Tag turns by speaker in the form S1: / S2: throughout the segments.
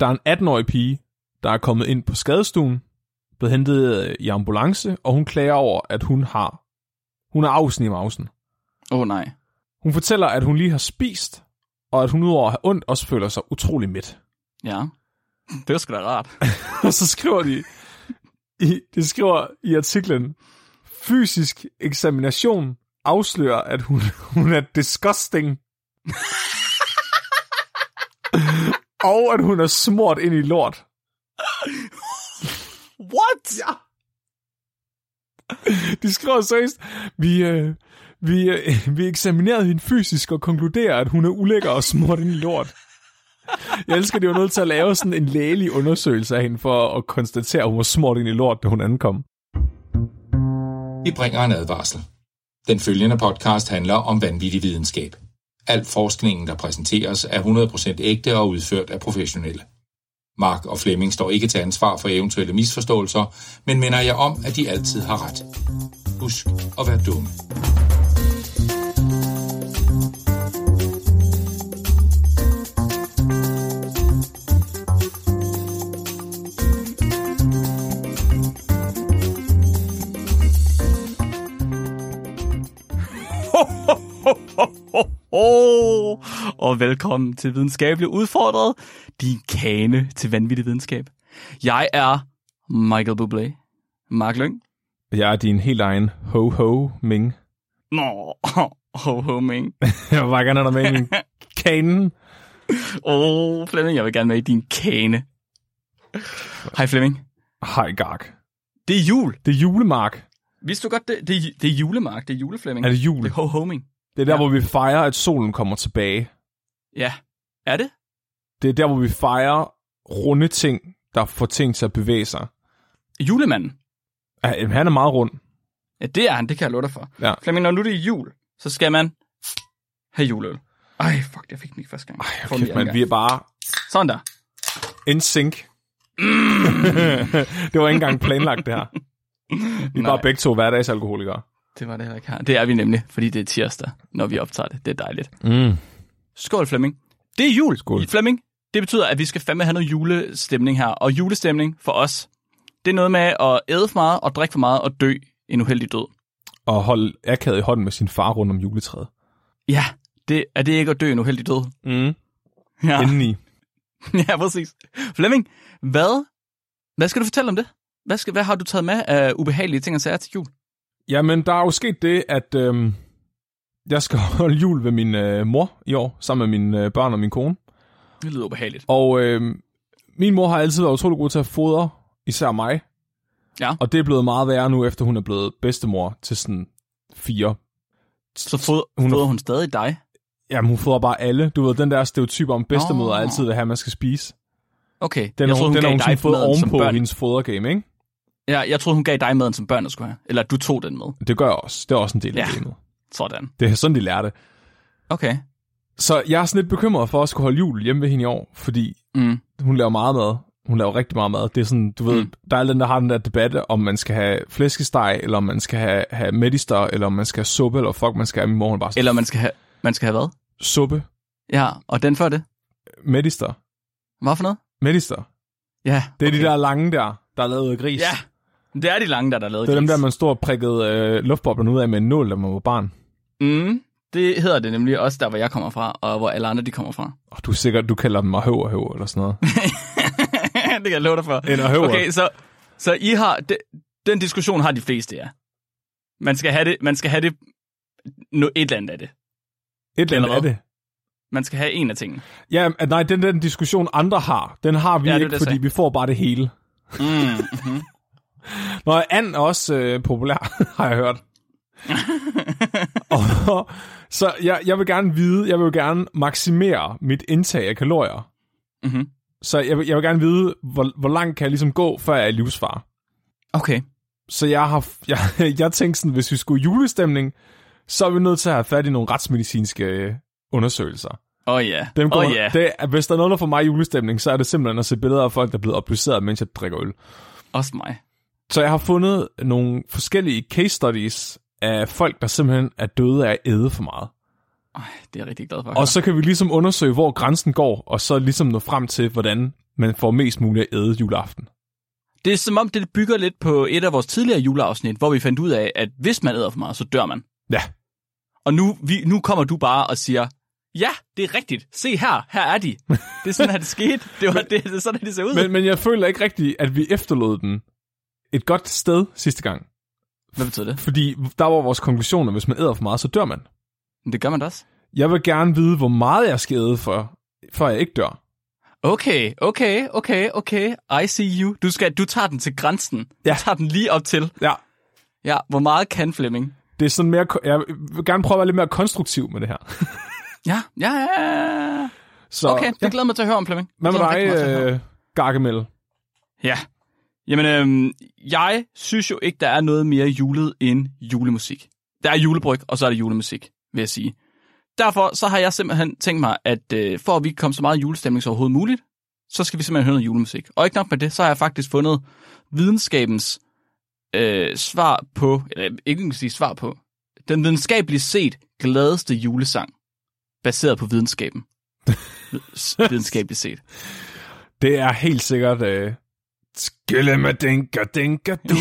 S1: Der er en 18-årig pige, der er kommet ind på skadestuen, blevet hentet øh, i ambulance, og hun klager over, at hun har hun er afsen i mausen.
S2: Åh oh, nej.
S1: Hun fortæller, at hun lige har spist, og at hun udover at have ondt, også føler sig utrolig midt.
S2: Ja. Det var sgu da rart.
S1: Og så skriver de, i, de skriver i artiklen, fysisk eksamination afslører, at hun, hun er disgusting. og at hun er smurt ind i lort.
S2: What? Ja.
S1: De skriver seriøst, vi, øh, vi, øh, vi eksaminerede hende fysisk og konkluderer, at hun er ulækker og smurt ind i lort. Jeg elsker, at de var nødt til at lave sådan en lægelig undersøgelse af hende for at konstatere, at hun var smurt ind i lort, da hun ankom.
S3: Vi bringer en advarsel. Den følgende podcast handler om vanvittig videnskab. Al forskningen, der præsenteres, er 100% ægte og udført af professionelle. Mark og Flemming står ikke til ansvar for eventuelle misforståelser, men minder jer om, at de altid har ret. Husk at være dumme.
S2: Oh, og velkommen til Videnskabeligt Udfordret, din kane til vanvittig videnskab. Jeg er Michael Bublé. Mark Lyng.
S1: Jeg er din helt egen ho-ho-ming.
S2: Nå, ho, ho, ming.
S1: Jeg vil bare gerne have dig med i min kanen.
S2: Åh, oh, Flemming, jeg vil gerne med i din kane. Hej Flemming.
S1: Hej, Gark.
S2: Det er jul.
S1: Det er julemark.
S2: Vidste du godt, det, det, er, det er julemark, det er juleflemming.
S1: Er det jul?
S2: Det er ho, ho, ming.
S1: Det er der,
S2: Ja.
S1: ja. hvor vi fejrer, at solen kommer tilbage.
S2: Ja. Er det?
S1: Det er der, hvor vi fejrer runde ting, der får ting til at bevæge sig.
S2: Julemanden.
S1: Ja, jamen, Han er meget rund.
S2: Ja, det er han, det kan jeg love dig for.
S1: Ja.
S2: Flemming, når nu det er jul, så skal man have juleøl. Ej, fuck, jeg fik den ikke første gang. Ej,
S1: Ej, kæft, man, vi er bare
S2: Sådan der.
S1: in sync.
S2: Mm.
S1: det var ikke engang planlagt, det her. Vi er
S2: Nej.
S1: bare begge to hverdagsalkoholikere.
S2: Det var det heller ikke her. Det er vi nemlig, fordi det er tirsdag, når vi optager det. Det er dejligt.
S1: Mm.
S2: Skål, Flemming. Det er jul.
S1: Skål.
S2: Flemming, det betyder, at vi skal fandme have noget julestemning her. Og julestemning for os, det er noget med at æde for meget og drikke for meget og dø en uheldig død.
S1: Og holde akavet i hånden med sin far rundt om juletræet.
S2: Ja, det, er det ikke at dø en uheldig død?
S1: Mm.
S2: Ja,
S1: Indeni.
S2: ja præcis. Flemming, hvad, hvad skal du fortælle om det? Hvad, skal, hvad har du taget med af ubehagelige ting og sager til jul?
S1: Jamen, der er jo sket det, at øhm, jeg skal holde jul ved min øh, mor i år, sammen med mine øh, børn og min kone.
S2: Det lyder ubehageligt.
S1: Og øh, min mor har altid været utrolig god til at fodre, især mig.
S2: Ja.
S1: Og det er blevet meget værre nu, efter hun er blevet bedstemor til sådan fire.
S2: Så fod,
S1: Hun
S2: hun,
S1: er-
S2: fodrer hun stadig dig.
S1: Jamen, hun fodrer bare alle. Du ved, den der stereotyp om bedstemøder
S2: Nå.
S1: oh. altid vil have, at man skal spise.
S2: Okay,
S1: Den
S2: jeg
S1: har
S2: troede, hun
S1: den har
S2: gav
S1: hun sådan
S2: dig
S1: fået
S2: maden som
S1: ovenpå
S2: børn.
S1: hendes fodergame, ikke?
S2: Ja, jeg troede, hun gav dig maden som børnene skulle have. Eller at du tog den med.
S1: Det gør jeg også. Det er også en del af
S2: Ja.
S1: gamet.
S2: Sådan.
S1: Det er sådan, de lærer det.
S2: Okay.
S1: Så jeg er sådan lidt bekymret for at skulle holde jul hjemme ved hende i år, fordi
S2: Mm.
S1: hun laver meget mad. Hun laver rigtig meget mad. Det er sådan, du ved,
S2: Mm.
S1: mm. der er alle den, der har den der debat, om man skal have flæskesteg, eller om man skal have, have medister, eller om man skal have suppe, eller fuck, man skal have min mor, hun er bare sådan,
S2: Eller man skal have, man skal have hvad?
S1: suppe,
S2: Ja, og den før det?
S1: medister,
S2: Hvad for noget?
S1: medister.
S2: Ja.
S1: Det er okay. de der lange der, der er lavet af gris.
S2: Ja, det er de lange, der, der er lavet
S1: Det er dem
S2: gris.
S1: der, man står og prikkede øh, luftboblerne ud af med en nål, da man var barn.
S2: Mm. Det hedder det nemlig også der, hvor jeg kommer fra, og hvor alle andre, de kommer fra.
S1: Og du er sikker, du kalder dem høv og høv, eller sådan noget.
S2: det kan jeg love dig for.
S1: En og høver.
S2: Okay, så, så I har... De, den diskussion har de fleste, ja. Man skal have det... Man skal have det no, et eller andet af det.
S1: Et eller andet
S2: hvad?
S1: er det.
S2: Man skal have en af tingene.
S1: Ja, at nej, den, den diskussion andre har, den har vi
S2: Ja,
S1: ja,
S2: det
S1: ikke,
S2: er det, jeg
S1: fordi
S2: sagde.
S1: vi får bare det hele.
S2: Mm. mhm.
S1: Nå, and er også øh, populær, har jeg hørt. og, så jeg, jeg vil gerne vide, jeg vil gerne maksimere mit indtag af kalorier.
S2: Mhm.
S1: Så jeg, vil- jeg vil gerne vide, hvor, hvor langt kan jeg ligesom gå, før jeg er i livsfare.
S2: Okay.
S1: Så jeg har, jeg, jeg tænkte sådan, hvis vi skulle i julestemning, så er vi nødt til at have fat i nogle retsmedicinske øh, undersøgelser.
S2: Åh oh, ja.
S1: Dem
S2: Åh
S1: går,
S2: oh, ja.
S1: det, er- hvis der er noget, der får mig i julestemning, så er det simpelthen at se billeder af folk, der er blevet obduceret, mens jeg drikker øl.
S2: Også mig.
S1: Så jeg har fundet nogle forskellige case studies af folk, der simpelthen er døde af at æde for meget.
S2: Ej, det er jeg rigtig glad for.
S1: Og så kan vi ligesom undersøge, hvor grænsen går, og så ligesom nå frem til, hvordan man får mest muligt at æde juleaften.
S2: Det er som om, det bygger lidt på et af vores tidligere juleafsnit, hvor vi fandt ud af, at hvis man æder for meget, så dør man.
S1: Ja,
S2: Og nu, vi, nu kommer du bare og siger, ja, det er rigtigt. Se her, her er de. Det er sådan, at det skete. Det var det, det, er sådan, det ser ud.
S1: men, men jeg føler ikke rigtigt, at vi efterlod den et godt sted sidste gang.
S2: Hvad betyder det?
S1: Fordi der var vores konklusion, at hvis man æder for meget, så dør man.
S2: Men Det gør man da også.
S1: Jeg vil gerne vide, hvor meget jeg skal æde for, før jeg ikke dør.
S2: Okay, okay, okay, okay. I see you. Du, skal, du tager den til grænsen.
S1: Ja.
S2: Du tager den lige op til.
S1: Ja,
S2: Ja, hvor meget kan Flemming?
S1: det er sådan mere, ko- jeg vil gerne prøve at være lidt mere konstruktiv med det her.
S2: Ja, ja, ja, ja.
S1: Så,
S2: Okay,
S1: ja.
S2: jeg glæder mig til at høre om Flemming.
S1: Hvad med
S2: Jeg glæder mig rigtig meget til at høre.
S1: dig, øh, Gargamel?
S2: Ja. Jamen, øhm, jeg synes jo ikke, der er noget mere julet end julemusik. Der er julebryg, og så er der julemusik, vil jeg sige. Derfor så har jeg simpelthen tænkt mig, at øh, for at vi kan komme så meget i julestemning som overhovedet muligt, så skal vi simpelthen høre noget julemusik. Og ikke nok med det, så har jeg faktisk fundet videnskabens øh, svar på, eller øh, ikke man kan sige svar på, den videnskabeligt set gladeste julesang, baseret på videnskaben. videnskabeligt set.
S1: Det er helt sikkert... Øh, Skille med dinker, dinker, du.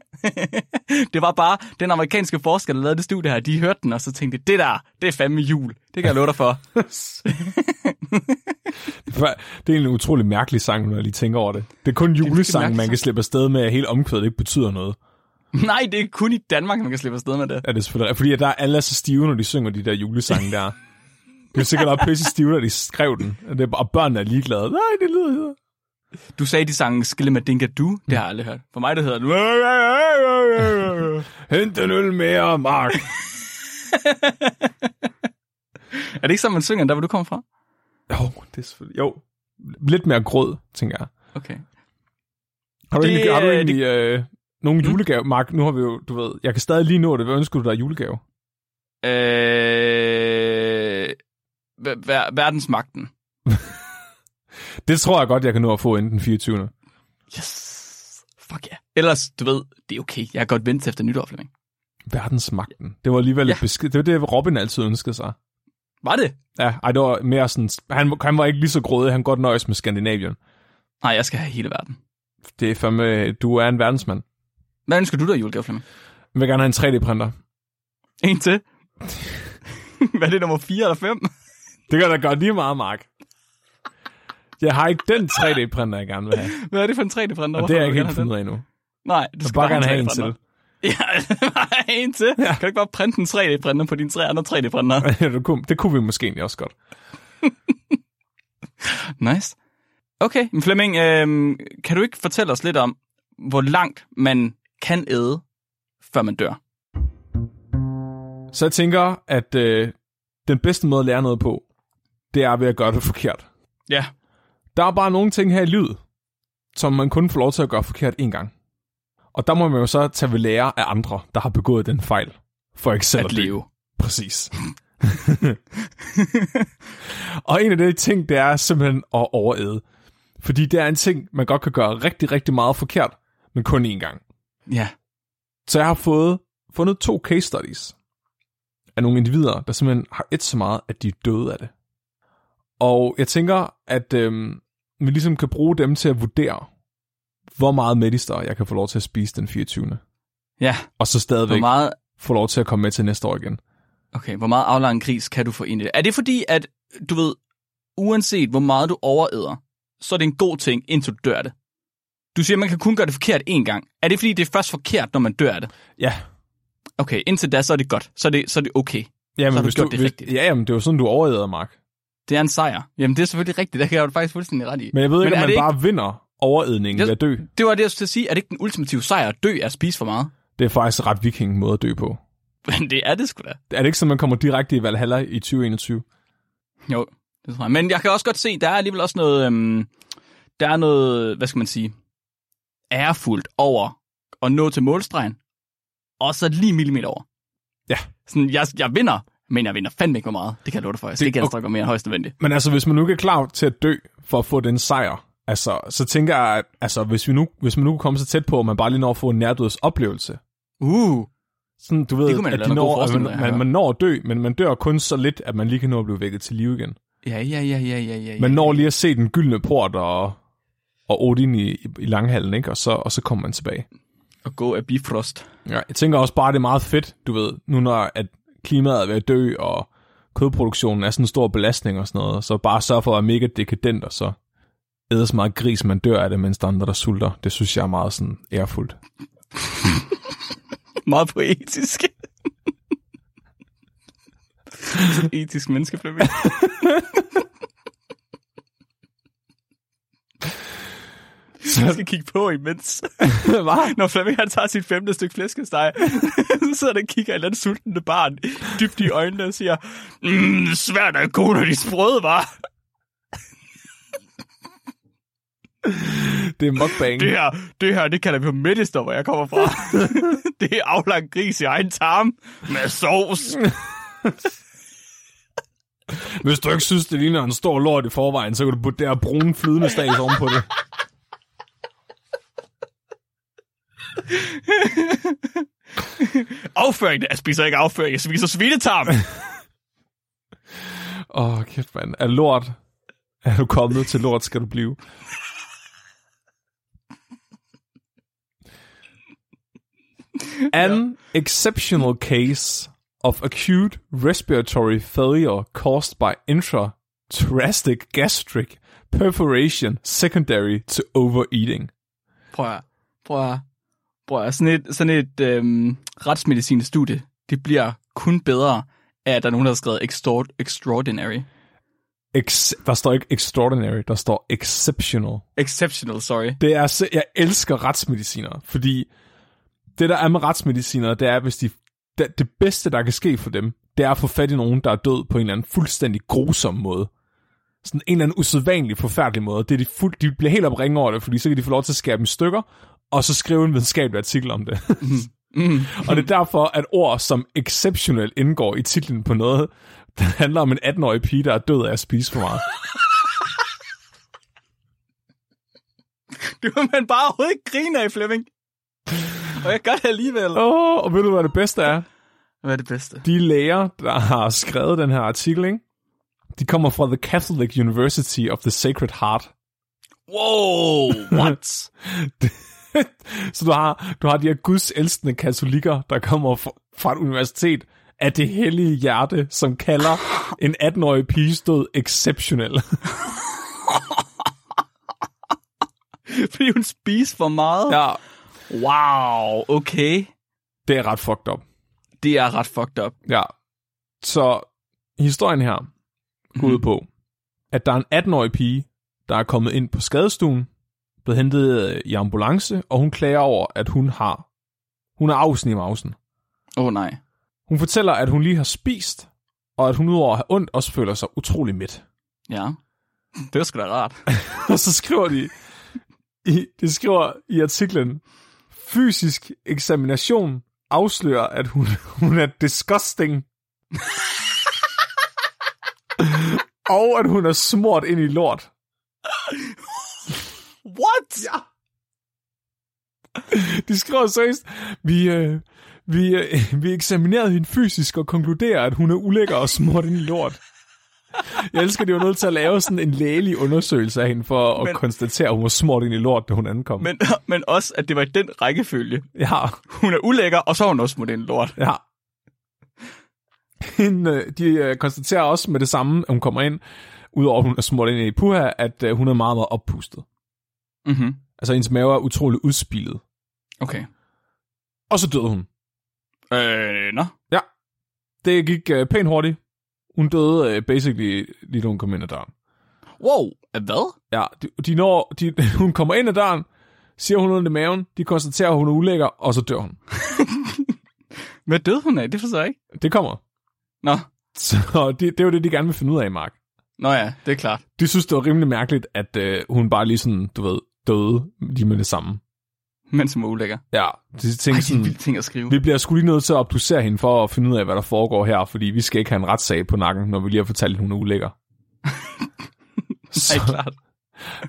S2: det var bare den amerikanske forsker, der lavede det studie her. De hørte den, og så tænkte de, det der, det er fandme jul. Det kan jeg love dig for.
S1: det er en utrolig mærkelig sang, når jeg lige tænker over det. Det er kun julesangen,
S2: mærkelig
S1: man kan slippe afsted med, at hele omkvædet ikke betyder noget.
S2: Nej, det er kun i Danmark, man kan slippe afsted med det.
S1: Ja, det er selvfølgelig Fordi at der er alle er så stive, når de synger de der julesange der. Det er sikkert også pisse stive, da de skrev den. Og det- Og børnene er ligeglade. Nej, det lyder...
S2: Du sagde, de sang Skille med Dinka Du. Det har jeg aldrig hørt. For mig, det hedder den.
S1: Hent en øl mere, Mark.
S2: Er det ikke sådan, man synger, der hvor du kommer fra?
S1: Jo, det er selvfølgelig... Jo. Lidt mere grød, tænker jeg.
S2: Okay.
S1: Har du
S2: Det, Mm.
S1: egentlig, har du
S2: øh,
S1: egentlig øh, nogen julegave? Mark, nu har vi jo, du ved, jeg kan stadig lige nå det. Hvad ønsker du dig af julegave?
S2: Øh... ver- ver- Verdensmagten.
S1: Det tror jeg godt, jeg kan nå at få inden den 24.
S2: Yes. Fuck ja. Yeah. Ellers, du ved, det er okay. Jeg har godt ventet efter nytår, Flemming.
S1: Verdensmagten. Det var alligevel ja.
S2: Ja.
S1: besked. Det var det, Robin altid ønskede sig.
S2: Var det?
S1: Ja, ej, det var mere sådan, han, han var ikke lige så grådig, han kunne godt nøjes med Skandinavien.
S2: Nej, jeg skal have hele verden.
S1: Det er fandme, du er en verdensmand.
S2: Hvad ønsker du dig i julegave, Flemming?
S1: Jeg vil gerne have en 3D-printer.
S2: En til. Hvad er det, nummer 4 eller 5?
S1: Det gør da godt lige meget, Mark. Jeg har ikke den 3D-printer, jeg gerne vil have.
S2: Hvad er det for en 3D-printer?
S1: Og det er jeg ikke helt fundet af endnu.
S2: Nej, du
S1: Jeg
S2: skal
S1: vil bare gerne have en
S2: 3D-printer.
S1: til.
S2: Ja, bare en til. Ja. Kan du ikke bare printe en 3D-printer på dine tre andre 3D-printer?
S1: det, kunne, det kunne vi måske egentlig også godt.
S2: Nice. Okay, men Flemming, øh, kan du ikke fortælle os lidt om, hvor langt man kan æde, før man dør?
S1: Så jeg tænker, at øh, den bedste måde at lære noget på, det er ved at gøre det forkert.
S2: Ja.
S1: Der er bare nogle ting her i livet, som man kun får lov til at gøre forkert én gang. Og der må man jo så tage ved lære af andre, der har begået den fejl. For eksempel
S2: At leve.
S1: Præcis. og en af de ting, det er simpelthen at overæde. Fordi det er en ting, man godt kan gøre rigtig, rigtig meget forkert, men kun én gang.
S2: Ja.
S1: Så jeg har fået, fundet to case studies af nogle individer, der simpelthen har et så meget, at de er døde af det. Og jeg tænker, at øhm, vi ligesom kan bruge dem til at vurdere, hvor meget medister jeg kan få lov til at spise den 24.
S2: Ja,
S1: Og så
S2: hvor
S1: stadigvæk
S2: meget,
S1: få lov til at komme med til næste år igen.
S2: okay, hvor meget aflang en gris kan du få ind i det? Er det fordi, at du ved, uanset hvor meget du overæder, så er det en god ting, indtil du dør af det? Du siger, at man kan kun gøre det forkert én gang. Er det fordi, det er først forkert, når man dør af det?
S1: Ja,
S2: Okay, indtil da, så er det godt. Så er det, så er det okay.
S1: ja
S2: Så har
S1: men
S2: du
S1: hvis
S2: gjort
S1: du,
S2: det
S1: hvis,
S2: rigtigt.
S1: Ja, jamen, det er jo sådan, du overæder, Mark.
S2: Det er en sejr. Jamen, det er selvfølgelig rigtigt. Det kan jeg jo faktisk fuldstændig ret i.
S1: Men jeg ved ikke,
S2: er
S1: om man
S2: det
S1: bare vinder overædningen
S2: Jeg-
S1: ved at dø.
S2: Det var det, jeg skulle til at sige. Er det ikke den ultimative sejr at dø af at spise for meget?
S1: Det er faktisk en ret viking måde at dø på.
S2: Men det er det sgu da.
S1: Er det ikke sådan, man kommer direkte i Valhalla i 2021?
S2: Jo, det tror jeg. Men jeg kan også godt se, der er alligevel også noget... Øhm, der er noget, hvad skal man sige, ærefuldt over at nå til målstregen, og så lige en millimeter over.
S1: Ja.
S2: Sådan, jeg, jeg vinder, men jeg vinder fandme ikke hvor meget. Det kan jeg love dig for. Jeg skal
S1: Det-
S2: ikke anstrække mig mere end højst nødvendigt.
S1: Men altså, hvis man nu ikke er klar til at dø for at få den sejr, altså, så tænker jeg, at altså, hvis, vi nu, hvis man nu kunne komme så tæt på, at man bare lige når at få en nærdøds oplevelse.
S2: Uh,
S1: Sådan, du ved,
S2: Det kunne man da
S1: at
S2: lave nogle gode
S1: at man,
S2: forestillinger af,
S1: man,
S2: ja.
S1: man, når at dø, men man dør kun så lidt, at man lige kan nå at blive vækket til live igen.
S2: Ja, ja, ja, ja, ja, ja.
S1: Man når lige at se den gyldne port og, og Odin i, i langhallen, ikke? Og så, og så kommer man tilbage.
S2: At gå af Bifrost.
S1: Ja, jeg tænker også bare, at det er meget fedt, du ved, nu når at klimaet er ved at dø, og kødproduktionen er sådan en stor belastning og sådan noget, og så bare sørge for at være mega dekadent, og så æder så meget gris, man dør af det, mens der er andre, der sulter. Det synes jeg er meget sådan ærefuldt.
S2: Meget poetisk. Så etisk menneske, Flemming. Jeg skal kigge på imens.
S1: Hvad?
S2: Når Flemming han tager sit femte stykke flæskesteg, så sidder den og kigger et eller andet sultende barn dybt i øjnene og siger, mm, svært at gå, når de sprøde var.
S1: Det er mukbang.
S2: Det her, det her, det kalder vi for midtester, hvor jeg kommer fra. det er aflang gris i egen tarm med sovs.
S1: Hvis du ikke synes, det ligner en stor lort i forvejen, så kan du putte det her brune flydende stags ovenpå det.
S2: Afføring, jeg spiser ikke afføring, jeg spiser svinetarm.
S1: Åh, oh, kæft mand. Er lort? Er du kommet til lort, skal du blive. An exceptional case of acute respiratory failure caused by intrathoracic gastric perforation secondary to overeating.
S2: Prøv at, prøv at, prøv at, sådan et, sådan et øhm, retsmedicinsk studie, det bliver kun bedre, af, at der er nogen, der har skrevet extort, extraordinary.
S1: Ex- der står ikke extraordinary, der står exceptional.
S2: Exceptional, sorry.
S1: Det er, se- jeg elsker retsmedicinere, fordi det, der er med retsmedicinere, det er, hvis de, det, det bedste, der kan ske for dem, det er at få fat i nogen, der er død på en eller anden fuldstændig grusom måde. Sådan en eller anden usædvanlig, forfærdelig måde. Det er de, fuld, de bliver helt opringe over det, fordi så kan de få lov til at skære dem i stykker, og så skrive en videnskabelig artikel om det.
S2: Mm.
S1: og det er derfor, at ord som exceptionel indgår i titlen på noget, der handler om en 18-årig pige, der er død af at spise for meget.
S2: Det må man bare overhovedet ikke grine af, Flemming. Og jeg gør det alligevel.
S1: Åh, oh, og ved du, hvad det bedste er?
S2: Hvad er det bedste?
S1: de læger, der har skrevet den her artikel, ikke? de kommer fra The Catholic University of the Sacred Heart.
S2: Wow, what?
S1: Så du har, du har de her guds elskende katolikker, der kommer fra, fra et universitet af det hellige hjerte, som kalder en 18-årig pige stod exceptionel.
S2: Fordi hun spiser for meget?
S1: ja,
S2: Wow, okay.
S1: det er ret fucked up.
S2: Det er ret fucked up.
S1: Ja. Så historien her går ud på, at der er en 18-årig pige, der er kommet ind på skadestuen, blevet hentet øh, i ambulance, og hun klager over, at hun har hun er afsen i mausen.
S2: Åh oh, nej.
S1: Hun fortæller, at hun lige har spist, og at hun udover at have ondt, også føler sig utrolig midt.
S2: Ja. Det var sgu da rart.
S1: Og så skriver de, i, de skriver i artiklen, fysisk eksamination afslører, at hun, hun er disgusting. og at hun er smurt ind i lort.
S2: What? Ja.
S1: De skriver seriøst, vi, øh, vi, øh, vi eksaminerede hende fysisk og konkluderer, at hun er ulækker og smurt ind i lort. Jeg elsker, at de var nødt til at lave sådan en lægelig undersøgelse af hende, for at
S2: Men-
S1: Men... konstatere, at hun var smurt ind i lort, da hun ankom. Men...
S2: Men, men også, at det var i den rækkefølge.
S1: Ja,
S2: Hun er ulækker, og så er hun også mod den lort.
S1: ja. Hende, øh, de øh, konstaterer også med det samme, at hun kommer ind, udover at hun er smurt ind i puha, at øh, hun er meget, meget oppustet.
S2: Mm-hmm.
S1: Altså, hendes mave er utrolig udspillet.
S2: Okay.
S1: Og så døde hun.
S2: Øh, nå.
S1: Det gik øh, pænt hurtigt. Hun døde øh, basically, lige da hun kom ind ad døren.
S2: Wow, øh, hvad?
S1: Ja, de, de når, de, hun kommer ind ad døren, siger hun under i maven, de konstaterer, at hun er ulækker, og så dør hun.
S2: Hvad døde hun af? Det forstår jeg ikke.
S1: Det kommer.
S2: Nå.
S1: Så det, det er jo det, de gerne vil finde ud af, Mark.
S2: Nå ja, det er klart.
S1: De synes, det var rimelig mærkeligt, at øh, hun bare lige sådan, du ved, døde lige med det samme.
S2: Men som er ulækker.
S1: Ja, de tænkte
S2: Ej, det er en
S1: sådan,
S2: vild ting at skrive.
S1: vi bliver sgu lige nødt til at obducere hende for at finde ud af, hvad der foregår her, fordi vi skal ikke have en retssag på nakken, når vi lige har fortalt, at hun er ulækker.
S2: Ej,
S1: Så
S2: klart.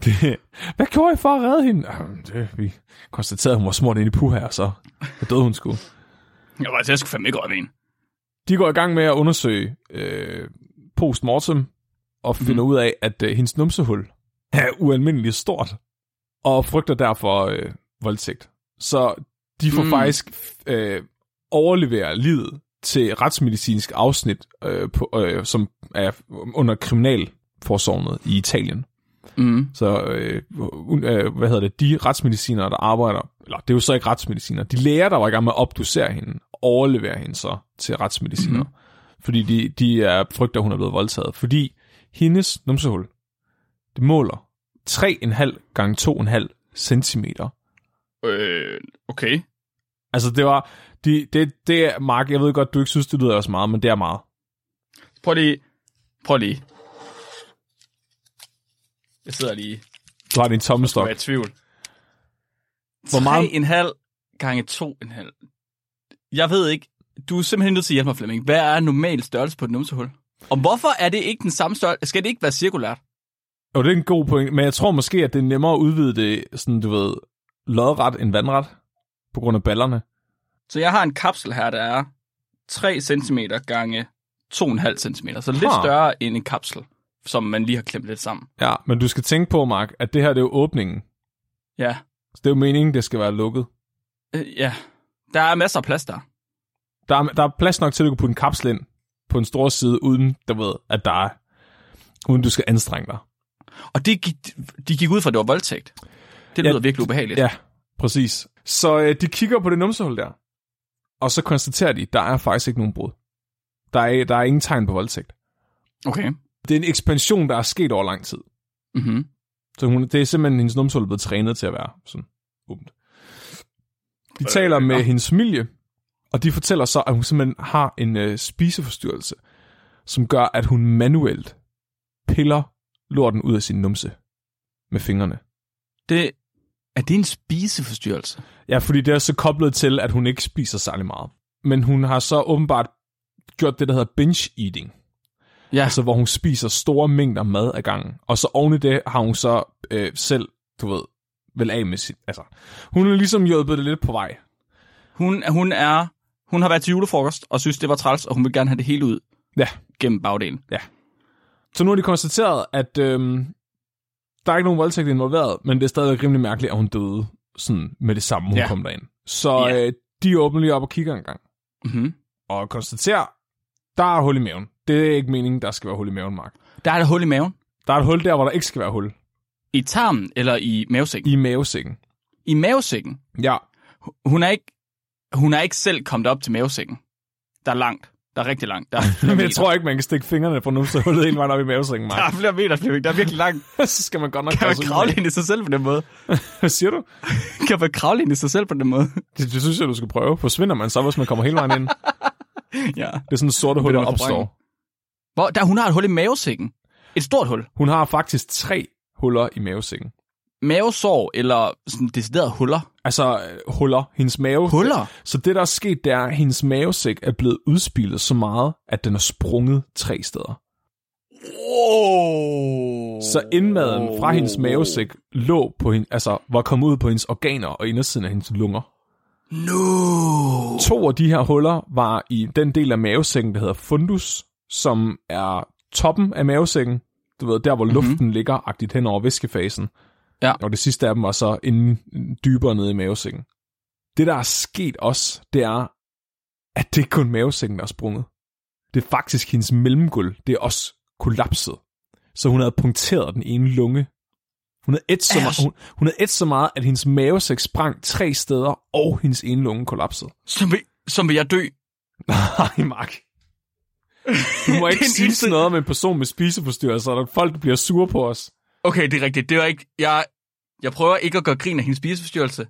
S1: det, hvad gjorde I for at redde hende? Jamen, det, vi konstaterede, at hun var smurt ind i puha, og så så døde hun sgu.
S2: Jeg var altså, jeg skulle fandme ikke røve en.
S1: De går i gang med at undersøge øh, postmortem, og finder mm. ud af, at øh, hendes numsehul er ualmindeligt stort, og frygter derfor øh, voldtægt. Så de får
S2: Mm.
S1: mm. faktisk øh, overleveret livet til retsmedicinsk afsnit, øh, på, øh, som er under kriminalforsorgen i Italien.
S2: Mm.
S1: Så øh, un- øh, hvad hedder det, de retsmedicinere, der arbejder, eller det er jo så ikke retsmedicinere, de læger, der var i gang med at obducere hende, overleverer hende så til retsmedicinere.
S2: Mhm.
S1: Mm-hmm. Fordi de, de er, frygter, hun er blevet voldtaget. Fordi hendes numsehul, det måler 3,5 gange 2,5 centimeter.
S2: Øh, okay.
S1: Altså det var, de, det, det er, Mark, jeg ved godt, du ikke synes, det lyder også meget, men det er meget.
S2: Prøv lige. Prøv lige. Jeg sidder lige.
S1: Du har din
S2: Du
S1: tommestok.
S2: er i tvivl.
S1: Hvor meget-
S2: 3,5 gange 2,5. Jeg ved ikke. Du er simpelthen nødt til at hjælpe mig, Flemming. Hvad er normal størrelse på et numsehul? Og hvorfor er det ikke den samme størrelse? Skal det ikke være cirkulært?
S1: Jo, det er en god point, men jeg tror måske, at det er nemmere at udvide det, sådan du ved, lodret end vandret, på grund af ballerne.
S2: Så jeg har en kapsel her, der er 3 cm gange 2,5 cm. Så lidt
S1: Ha.
S2: større end en kapsel, som man lige har klemt lidt sammen.
S1: Ja, men du skal tænke på, Mark, at det her det er jo åbningen.
S2: Ja.
S1: Så det er jo meningen, det skal være lukket.
S2: Øh, ja. Der er masser af plads der.
S1: Der er, der er plads nok til, at du kan putte en kapsel ind på en stor side, uden, du ved, at der er, uden du skal anstrenge dig.
S2: Og det gik, de gik ud fra, at det var voldtægt. Det lyder
S1: Ja,
S2: virkelig ubehageligt.
S1: Ja, præcis. Så øh, de kigger på det numsehul der, og så konstaterer de, der er faktisk ikke nogen brud. Der er, der er ingen tegn på voldtægt.
S2: Okay.
S1: Det er en ekspansion, der er sket over lang tid.
S2: Mm-hmm.
S1: Så hun, det er simpelthen hendes numsehul er blevet trænet til at være sådan åbent. De taler med
S2: ja.
S1: hendes familie, og de fortæller så, at hun simpelthen har en øh, spiseforstyrrelse, som gør, at hun manuelt piller lorten ud af sin numse med fingrene.
S2: Det, er det en spiseforstyrrelse?
S1: Ja, fordi det er så koblet til, at hun ikke spiser særlig meget. Men hun har så åbenbart gjort det, der hedder binge eating.
S2: Ja.
S1: Altså, hvor hun spiser store mængder mad ad gangen. Og så oven i det har hun så øh, selv, du ved, vel af med sit... Altså, hun har ligesom hjulpet det lidt på vej.
S2: Hun, hun, er, hun har været til julefrokost og synes, det var træls, og hun vil gerne have det hele ud
S1: Ja.
S2: gennem bagdelen.
S1: Så nu har de konstateret, at øhm, der er ikke nogen voldtægt involveret, men det er stadigvæk rimelig mærkeligt, at hun døde sådan med det samme, hun
S2: Ja.
S1: ja. kom derind. Så
S2: Ja.
S1: øh, de åbner lige op og kigger en gang.
S2: Mm-hmm.
S1: Og konstaterer, der er hul i maven. Det er ikke meningen, der skal være hul i maven, Mark.
S2: Der er et hul i maven.
S1: Der er et hul der, hvor der ikke skal være hul.
S2: I tarmen eller i mavesækken?
S1: I mavesækken.
S2: I mavesækken.
S1: Ja,
S2: Hun er ikke, hun er ikke selv kommet op til mavesækken. Der er langt. Der er rigtig langt. Der er flere
S1: men jeg
S2: meter.
S1: tror ikke, man kan stikke fingrene fra numsehullet hele vejen op i mavesækken,
S2: der
S1: Mark.
S2: er flere meter, Flemming. Der er virkelig langt.
S1: Så skal man godt nok
S2: Kan
S1: passe
S2: man
S1: ud
S2: kravle
S1: med-
S2: ind i sig selv på den måde?
S1: Hvad siger du?
S2: Kan man kravle ind i sig selv på den måde?
S1: Det, det, synes jeg, du skal prøve. Forsvinder man så, hvis man kommer hele vejen ind?
S2: ja.
S1: Det er sådan et sorte hul,
S2: Vil
S1: der
S2: man forbrænde?
S1: opstår.
S2: Hvor, der, hun har et hul i mavesækken. Et stort hul.
S1: Hun har faktisk tre huller i mavesækken.
S2: Mavesår eller sådan deciderede huller.
S1: Altså øh, huller. Hendes mave.
S2: Huller?
S1: Så det, der er sket, det er, at hendes mavesæk er blevet udspillet så meget, at den er sprunget tre steder.
S2: Oh.
S1: Så indmaden fra hendes mavesæk lå på hende, altså var kommet ud på hendes organer og indersiden af hendes lunger.
S2: No.
S1: To af de her huller var i den del af mavesækken, der hedder fundus, som er toppen af mavesækken. Du ved, der hvor luften mm-hmm. ligger agtigt hen over væskefasen.
S2: Ja.
S1: Og det sidste af dem var så inde, dybere nede i mavesækken. Det, der er sket også, det er, at det ikke kun er mavesækken, der er sprunget. Det er faktisk hendes mellemgulv, det er også kollapset. Så hun havde punkteret den ene lunge. Hun havde et så,
S2: Ej,
S1: meget,
S2: også-
S1: hun, hun havde et så meget, at hendes mavesæk sprang tre steder, og hendes ene lunge kollapsede.
S2: Så vil, så vil jeg dø.
S1: Nej, Mark. Du må
S2: Det er
S1: ikke
S2: en
S1: sige
S2: indsigt-
S1: sådan noget om en person med spiseforstyrrelser, og at folk bliver sure på os.
S2: Okay, det er rigtigt. Det var ikke... Jeg, jeg prøver ikke at gøre grin af hendes spiseforstyrrelse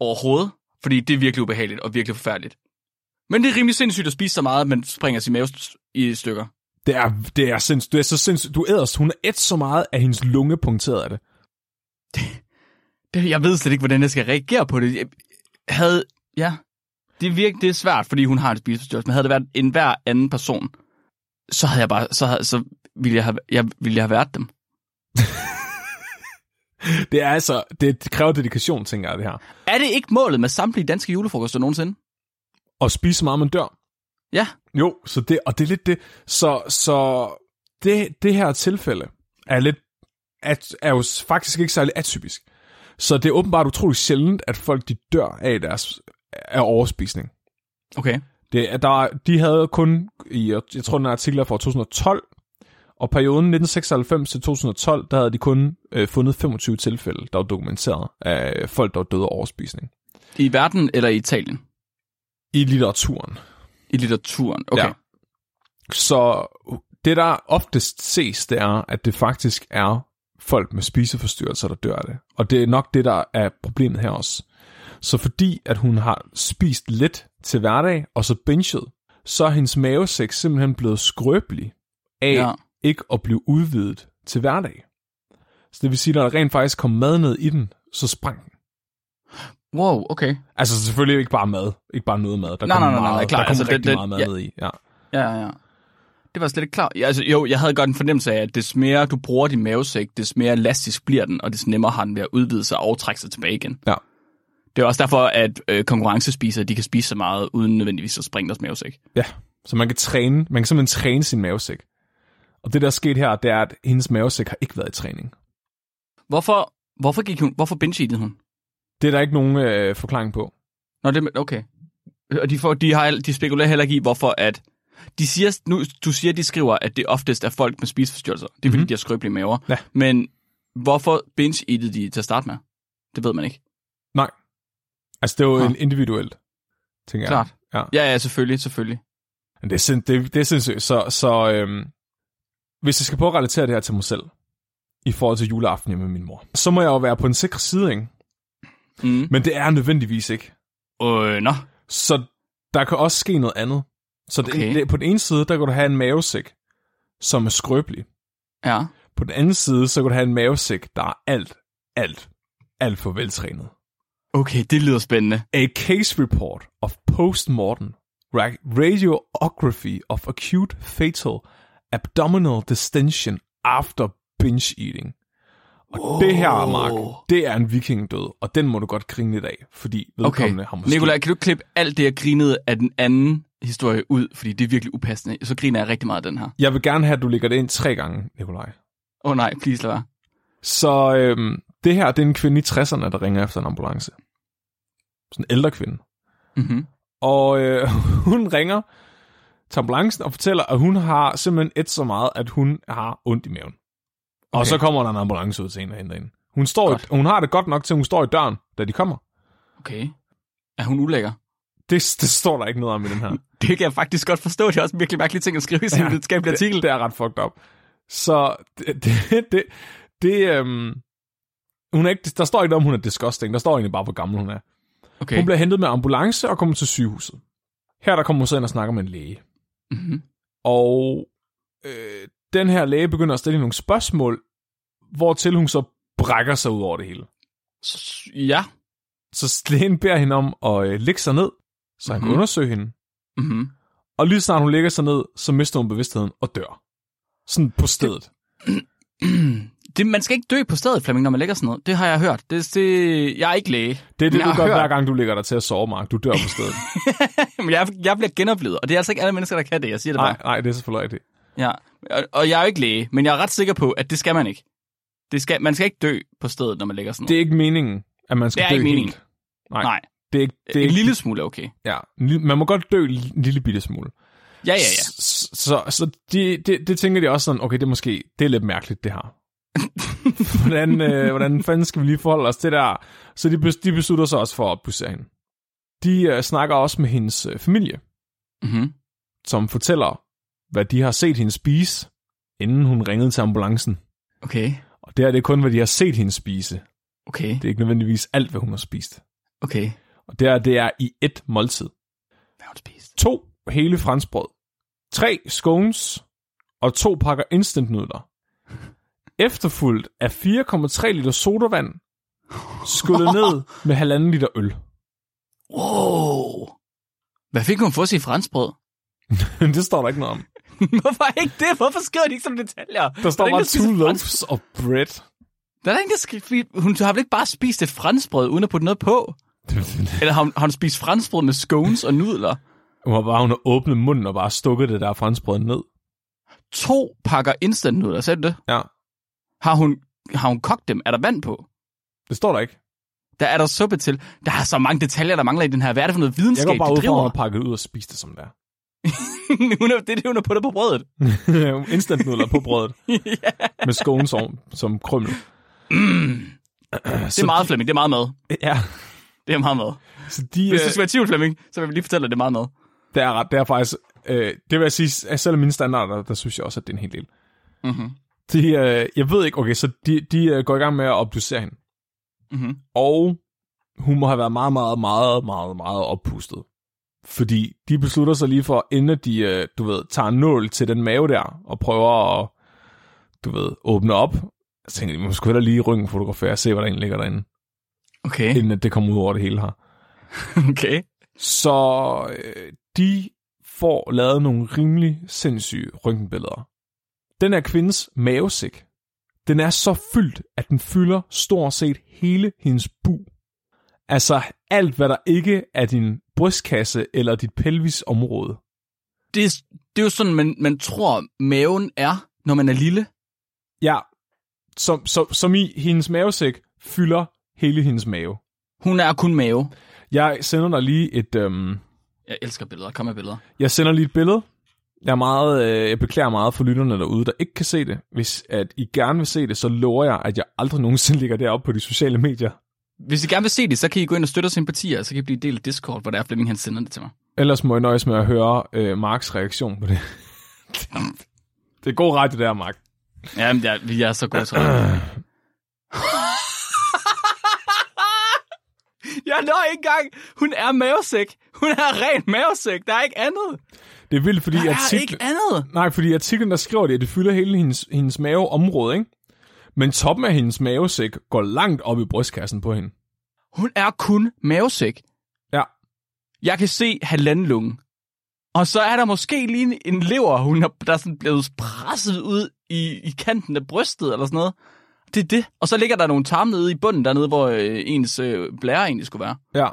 S2: overhovedet, fordi det er virkelig ubehageligt og virkelig forfærdeligt. Men det er rimelig sindssygt at spise så meget, at man springer sin mave s- i stykker.
S1: Det er, det er, sinds, det er så sindssygt. Du æderst, hun er et så meget, at hendes lunge punkteret af det.
S2: Det, jeg ved slet ikke, hvordan jeg skal reagere på det. Jeg havde... Ja, det er virkelig det er svært, fordi hun har en spiseforstyrrelse. Men havde det været en hver anden person, så havde jeg bare... Så, havde, så ville, jeg have, jeg, ville jeg have været dem.
S1: Det er altså, det kræver dedikation, tænker jeg, det her.
S2: Er det ikke målet med samtlige danske julefrokoster nogensinde?
S1: Og spise så meget, man dør.
S2: Ja.
S1: Jo, så det, og det er lidt det. Så, så det, det her tilfælde er, lidt, at, er jo faktisk ikke særlig atypisk. Så det er åbenbart utroligt sjældent, at folk de dør af deres af overspisning.
S2: Okay.
S1: Det, at der, de havde kun, i, jeg tror den artikel er fra 2012, og perioden 1996 til 2012, der havde de kun øh, fundet 25 tilfælde, der var dokumenteret af folk, der var døde af overspisning.
S2: I verden eller i Italien?
S1: I litteraturen.
S2: I litteraturen, okay. Ja.
S1: Ja. Så det, der oftest ses, det er, at det faktisk er folk med spiseforstyrrelser, der dør af det. Og det er nok det, der er problemet her også. Så fordi, at hun har spist lidt til hverdag, og så binget, så er hendes mavesæk simpelthen blevet skrøbelig af
S2: Ja.
S1: ja. ikke at blive udvidet til hverdag. Så det vil sige, at når der rent faktisk kom mad ned i den, så sprang den.
S2: Wow, okay.
S1: Altså selvfølgelig ikke bare mad. Ikke bare noget mad. Der
S2: Nej,
S1: kom
S2: nej, nej, nej,
S1: meget,
S2: klart.
S1: Der kom
S2: Altså, det-
S1: rigtig
S2: det-
S1: meget mad
S2: ja.
S1: ned i. Ja.
S2: Ja, ja, ja. Det var jeg slet ikke klar. Ja, altså, jo, jeg havde godt en fornemmelse af, at des mere du bruger din mavesæk, des mere elastisk bliver den, og des nemmere har den ved at udvide sig og trække sig tilbage igen.
S1: Ja.
S2: Det er også derfor, at øh, konkurrencespisere, de kan spise så meget, uden nødvendigvis at springe deres mavesæk.
S1: Ja, så man kan træne, man kan simpelthen træne sin mavesæk. Og det, der er sket her, det er, at hendes mavesæk har ikke været i træning.
S2: Hvorfor, hvorfor gik hun? Hvorfor binge hun?
S1: Det er der ikke nogen øh, forklaring på.
S2: Nå, det er- okay. Og de, får, de, har, de spekulerer heller ikke i, hvorfor at... De siger, nu, du siger, de skriver, at det oftest er folk med spiseforstyrrelser. Det er, fordi mm-hmm. de har skrøbelige maver.
S1: Mhm. Ja.
S2: Men hvorfor binge-eatede de til at starte med? Det ved man ikke.
S1: Nej. Altså, det er jo
S2: Nå.
S1: en individuelt, tænker
S2: Klart.
S1: jeg. Ja.
S2: Ja, ja, selvfølgelig, selvfølgelig.
S1: Men det er, sind, det, det er sindssygt. Så, så øhm, hvis jeg skal prøve at relatere det her til mig selv, i forhold til juleaften hjemme med min mor, så må jeg jo være på en sikker side, ikke?
S2: Mm.
S1: Men det er nødvendigvis ikke.
S2: Øh, nå.
S1: Så der kan også ske noget andet. Så det,
S2: Okay.
S1: det, på den ene side, der kan du have en mavesæk, som er skrøbelig.
S2: Ja.
S1: På den anden side, så kan du have en mavesæk, der er alt, alt, alt for veltrænet.
S2: Okay, det lyder spændende.
S1: A case report of postmortem ra- radiography of acute fatal abdominal distension after binge eating. Og wow. det her, Mark, det er en vikingdød, og den må du godt grine lidt af, fordi
S2: Okay.
S1: vedkommende okay. har måske...
S2: Nikolaj, kan du klippe alt det, jeg grinede af den anden historie ud? Fordi det er virkelig upassende. Så griner jeg rigtig meget af den her.
S1: Jeg vil gerne have, at du lægger det ind tre gange, Nikolaj.
S2: Åh oh, nej, please lad være.
S1: Så øhm, det her, det er en kvinde i 60'erne, der ringer efter en ambulance. Sådan en ældre kvinde.
S2: Mm-hmm.
S1: Og øh, hun ringer til ambulancen og fortæller, at hun har simpelthen et så meget, at hun har ondt i maven. Okay.
S2: Okay.
S1: Og så kommer der en ambulance ud til hende og henter hende. Hun, står i,
S2: Godt.
S1: hun har det godt nok til, at hun står i døren, da de kommer.
S2: Okay. Er hun ulækker?
S1: Det, det står der ikke noget om i den her.
S2: Det kan jeg faktisk godt forstå. Det er også en virkelig mærkelig ting at skrive i sin ja, videnskabelige artikel.
S1: Det, det er ret fucked up. Så det, det, det, det øhm, hun er ikke, der står ikke noget om, hun er disgusting. Der står egentlig bare, hvor gammel hun er.
S2: Okay.
S1: Hun bliver hentet med ambulance og kommer til sygehuset. Her der kommer hun så ind og snakker med en læge.
S2: mm-hmm.
S1: Og øh, den her læge begynder at stille hende nogle spørgsmål, hvortil hun så brækker sig ud over det hele.
S2: Ja.
S1: Så lægen beder hende om at øh, ligge sig ned, så han mm-hmm.
S2: Mhm.
S1: kan undersøge hende.
S2: Mm-hmm.
S1: Og lige så snart hun ligger sig ned, så mister hun bevidstheden og dør. Sådan på stedet.
S2: Det, man skal ikke dø på stedet, Flemming, når man lægger sådan noget. Det har jeg hørt. Det, det, jeg er ikke læge.
S1: Det er det,
S2: Men jeg
S1: du
S2: har
S1: gør
S2: hørt-
S1: hver gang, du ligger dig til at sove, Mark. Du dør på stedet.
S2: Men jeg, jeg bliver genoplevet, og det er altså ikke alle mennesker, der kan det. Jeg siger det bare.
S1: nej, nej, det er selvfølgelig rigtigt.
S2: Ja, og, og jeg er jo ikke læge, men jeg er ret sikker på, at det skal man ikke. Det skal, man skal ikke dø på stedet, når man lægger sådan noget.
S1: Det er ikke meningen, at man skal
S2: Det er
S1: dø
S2: ikke meningen.
S1: helt. Nej,
S2: Nej,
S1: det er ikke... Det er
S2: en
S1: ikke,
S2: lille smule er okay.
S1: ja, en lille- man må godt dø en lille bitte smule.
S2: Ja, ja, ja.
S1: S- Så, så det, det, det tænker de også sådan, okay, det er måske, det er lidt mærkeligt, det her. hvordan, øh, hvordan fanden skal vi lige forholde os til det der? Så de, bes- de beslutter sig også for at opbussere hende. De øh, snakker også med hendes øh, familie,
S2: Mm-hmm.
S1: som fortæller, hvad de har set hende spise, inden hun ringede til ambulancen.
S2: Okay,
S1: Og det her det er kun, hvad de har set hende spise.
S2: okay,
S1: Det er ikke nødvendigvis alt, hvad hun har spist.
S2: okay.
S1: Og det her, det er i et måltid.
S2: Hvad har du spist?
S1: to hele franskbrød, tre scones og to pakker instantnudler. Efterfulgt af 4,3 liter sodavand, skyllet ned med halvanden liter øl.
S2: Wow. Hvad fik hun for sig franskbrød?
S1: det står der ikke noget om.
S2: Hvorfor ikke det? Hvorfor skriver de ikke som detaljer?
S1: Der står
S2: er ingen,
S1: bare
S2: spiser
S1: two
S2: fransk-
S1: loaves of bread.
S2: Der er ingen, der skriver... Hun har vel ikke bare spist et franskbrød, uden at putte noget på? Eller har hun, har hun spist franskbrød med scones og nudler?
S1: Hun har bare hun har åbnet munden og bare stukket det der franskbrød ned.
S2: to pakker instant nudler, sagde du det?
S1: Ja.
S2: Har hun, har hun kogt dem? Er der vand på?
S1: Det står der ikke.
S2: Der er der suppe til. Der er så mange detaljer, der mangler i den her. Hvad er det for noget
S1: Jeg går
S2: videnskab,
S1: bare
S2: de
S1: ud fra, at hun
S2: driver?
S1: har pakket det ud og spist det, som det er.
S2: hun er, det er det, hun har puttet på brødet.
S1: Instant nudler på brødet. Med scones oven, som krømmel.
S2: Det er meget Flemming, det er meget mad.
S1: Ja,
S2: Det er meget mad.
S1: så de,
S2: Hvis du
S1: øh,
S2: skal være i tvivl, Flemming, så vil jeg lige fortælle dig, det er meget mad.
S1: det er ret, det er faktisk, øh, det vil jeg sige, at selvom mine standarder, der synes jeg også, at det er en hel del.
S2: Mhm.
S1: De, øh, jeg ved ikke, okay, så de, de øh, går i gang med at obducere hende.
S2: Mhm.
S1: Og hun må have været meget, meget, meget, meget, meget oppustet. Fordi de beslutter sig lige for, inden de, øh, du ved, tager en nål til den mave der, og prøver at, du ved, åbne op. Så tænker de, man skulle hellere lige ryggen fotografere og se, hvad der egentlig ligger derinde,
S2: Okay,
S1: inden at det kommer ud over det hele her.
S2: okay.
S1: Så øh, de får lavet nogle rimelig sindssyge røntgenbilleder. Den her kvindes mavesæk, den er så fyldt, at den fylder stort set hele hendes bu. Altså alt, hvad der ikke er din brystkasse eller dit pelvisområde.
S2: Det er, det er jo sådan, man, man tror, maven er, når man er lille.
S1: Ja, som, som, som i hendes mavesæk fylder hele hendes mave.
S2: Hun er kun mave.
S1: Jeg sender dig lige et, øhm,
S2: Jeg elsker billeder. Kom med billeder.
S1: Jeg sender lige et billede. Jeg, er meget, øh, jeg beklager meget for lytterne derude, der ikke kan se det. Hvis at I gerne vil se det, så lover jeg, at jeg aldrig nogensinde ligger deroppe på de sociale medier.
S2: Hvis I gerne vil se det, så kan I gå ind og støtte os i en partier, og så kan I blive del af Discord, hvor der er Flemming, han sender det til mig.
S1: Ellers må jeg nøjes med at høre øh, Marks reaktion på det. det er god radio, der, Mark.
S2: Jamen, jeg, vi er så gode til det. Jeg når ikke engang. Hun er mavesæk. Hun er ren mavesæk. Der er ikke andet.
S1: Det er vildt, fordi
S2: Der er
S1: artiklen...
S2: ikke andet.
S1: Nej, fordi i artiklen, der skriver det, at det fylder hele hendes, hendes maveområde, ikke? Men toppen af hendes mavesæk går langt op i brystkassen på hende.
S2: Hun er kun mavesæk.
S1: Ja.
S2: Jeg kan se halvanden lunge. Og så er der måske lige en- en lever, hun er, der er sådan blevet presset ud i, i kanten af brystet eller sådan noget. Det er det. Og så ligger der nogle tarme nede i bunden dernede, hvor øh, ens øh, blære egentlig skulle være.
S1: Ja,